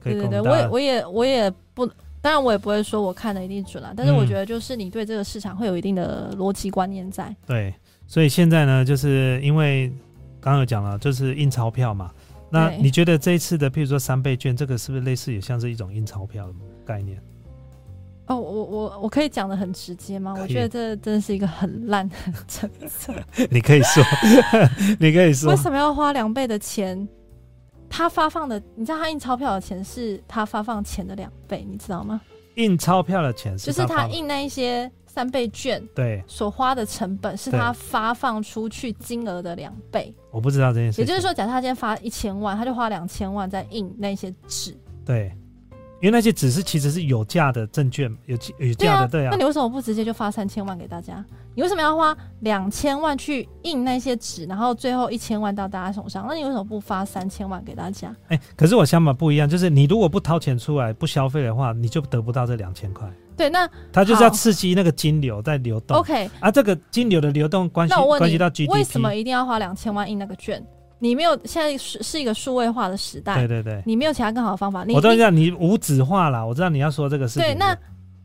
A: 可以
B: 对对
A: 跟
B: 对，
A: 们
B: 我也
A: 大家
B: 我也我也不，当然我也不会说我看的一定准啦，但是我
A: 嗯
B: 觉得就是你对这个市场会有一定的逻辑观念在。
A: 对，所以现在呢，就是因为刚刚有讲了，就是印钞票嘛。那
B: 对
A: 你觉得这一次的，譬如说三倍券，这个是不是类似也像是一种印钞票的概念？
B: 哦，我我我可以讲的很直接吗？
A: 可以
B: 我觉得这真的是一个很烂的 政策。
A: 你可以说， 你可以说
B: 为，什么要花两倍的钱？他发放的，你知道他印钞票的钱是他发放钱的两倍，你知道吗？
A: 印钞票的钱
B: 就是
A: 他
B: 他
A: 放的
B: 印那一些三倍券
A: 对，
B: 所花的成本是
A: 对
B: 他发放出去金额的两倍。
A: 我不知道这件事情。
B: 也就是，说，假设他今天发一千万，他就花两千万在印那些纸。
A: 对，因为那些只是其实是有价的证券，有价有
B: 对
A: 价
B: 啊
A: 的，，对啊
B: 那，你为什么不直接就发三千万给大家？你为什么要花两千万去印那些纸，然后最后一千万到大家手上？那你为什么不发三千万给大家？
A: 哎、可是我想法不一样，就是你如果不掏钱出来不消费的话，你就得不到这两千块。
B: 对，那
A: 它就是要
B: 好
A: 刺激那个金流在流动
B: OK，
A: 啊，这个金流的流动关系
B: 那我问
A: 关系
B: 你
A: 到 GDP。
B: 为什么一定要花两千万印那个券？你没有现在是是一个数位化的时代，
A: 对对对，
B: 你没有其他更好的方法。你
A: 我都知
B: 你
A: 道你无纸化啦，我知道你要说这个事情。
B: 对，那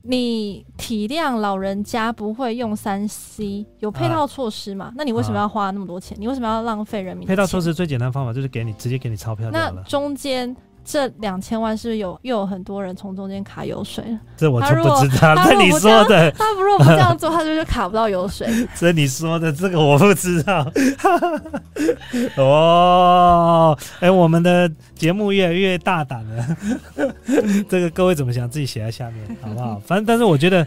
B: 你体谅老人家不会用三 C，有配套措施嘛？那你为什么要花那么多钱？你为什么要浪费人民？
A: 啊配套措。施最简单的方法就是给你直接给你钞票就
B: 那
A: 好了，
B: 中间这两千万是不是有又有很多人从中间卡 油水了？
A: 这我就
B: 他如果
A: 不知道了。
B: 他
A: 这
B: 如果
A: 你
B: 不
A: 说的，
B: 他如果不这样做，他就是卡不到油 水。
A: 这你说的，这个我不知道。哦，哎，我们的节目越来越大胆了，这个各位怎么想自己写在下面好不好？反正，但是我觉得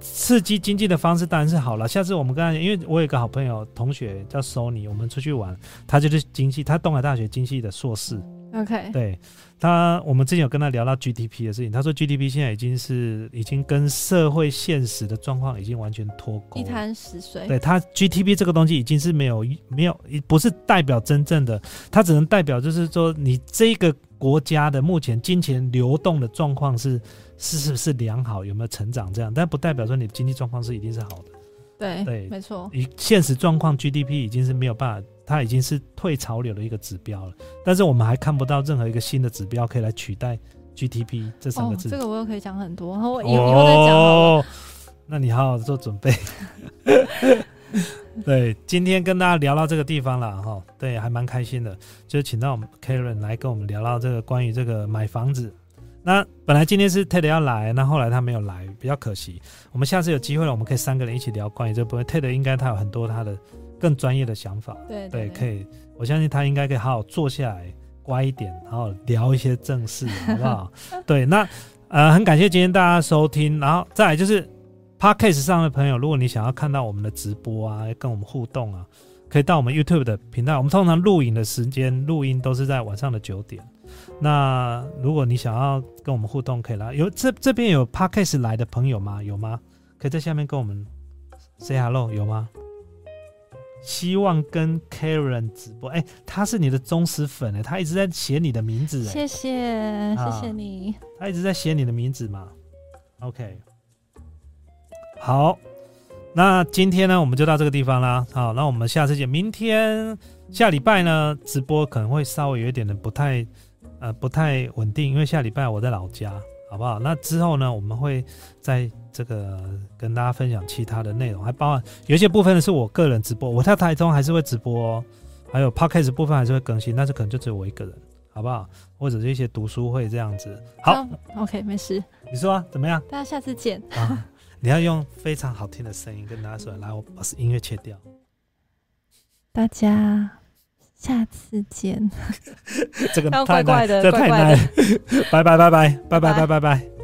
A: 刺激经济的方式当然是好了。下次我们刚才，因为我有一个好朋友同学叫 Sony，我们出去玩，他就是经济，他东海大学经济的硕士，
B: 嗯 OK，
A: 对他，我们之前有跟他聊到 GDP 的事情，他说 GDP 现在已经是已经跟社会现实的状况已经完全脱钩
B: 一
A: 了。
B: 滩死水。
A: 对它 GTP 这个东西已经是没有没有不是代表真正的，它只能代表就是说你这个国家的目前金钱流动的状况是是是不是良好，有没有成长这样，但不代表说你经济状况是一定是好的。
B: 对
A: 对
B: 没错。
A: 以现实状况 GDP 已经是没有办法，它已经是退潮流的一个指标了，但是我们还看不到任何一个新的指标可以来取代 GTP 这三
B: 哦
A: 个，字。
B: 这个我又可以讲很多，然后我以后以后再讲好了。
A: 哦，那你好好做准 备。对，今天跟大家聊到这个地方了哈，对，还蛮开心的，就请到我们 Karen 来跟我们聊到这个关于这个买房子。那本来今天是 Ted 要来，那后来他没有来，比较可惜。我们下次有机会了，我们可以三个人一起聊关于这部分。Ted 应该他有很多他的更专业的想法，
B: 对
A: 对，可
B: 以。
A: 以，我相信他应该可以好好坐下来，乖一点，好好聊一些正 事，好不好？对，那呃，很感谢今天大家收听，然后再来就是 podcast 上的朋友，如果你想要看到我们的直播啊，跟我们互动啊，可以到我们 YouTube 的频道。我们通常录影的时间，录音都是在晚上的九点。那如果你想要跟我们互动，可以来。有这这边有 podcast 来的朋友吗？有吗？可以在下面跟我们 say hello，有吗？希望跟 Karen 直播，哎、他是你的忠实粉哎、他一直在写你的名字哎、
B: 谢谢，谢
A: 啊
B: 谢你。
A: 他一直在写你的名字嘛。OK，好，那今天呢，我们就到这个地方啦。好，那我们下次见。明天下礼拜呢，直播可能会稍微有一点的不太呃不太稳定，因为下礼拜我在老家，好不好？那之后呢，我们会在这个跟大家分享其他的内容，还包含有一些部分呢是我个人直播，我在台中还是会直播、哦，还有 podcast 部分还是会更新，但是可能就只有我一个人，好不好？或者是一些读书会这样子。好，
B: 那，OK，没事，
A: 你说、啊、怎么 样
B: 大家下次见。
A: 啊？你要用非常好听的声音跟大家说，来，我把音乐切掉。
B: 大家下次见。
A: 这个
B: 要
A: 太难，
B: 怪怪的
A: 这个太
B: 怪 怪
A: 难。拜拜拜拜拜拜拜
B: 拜
A: 拜拜。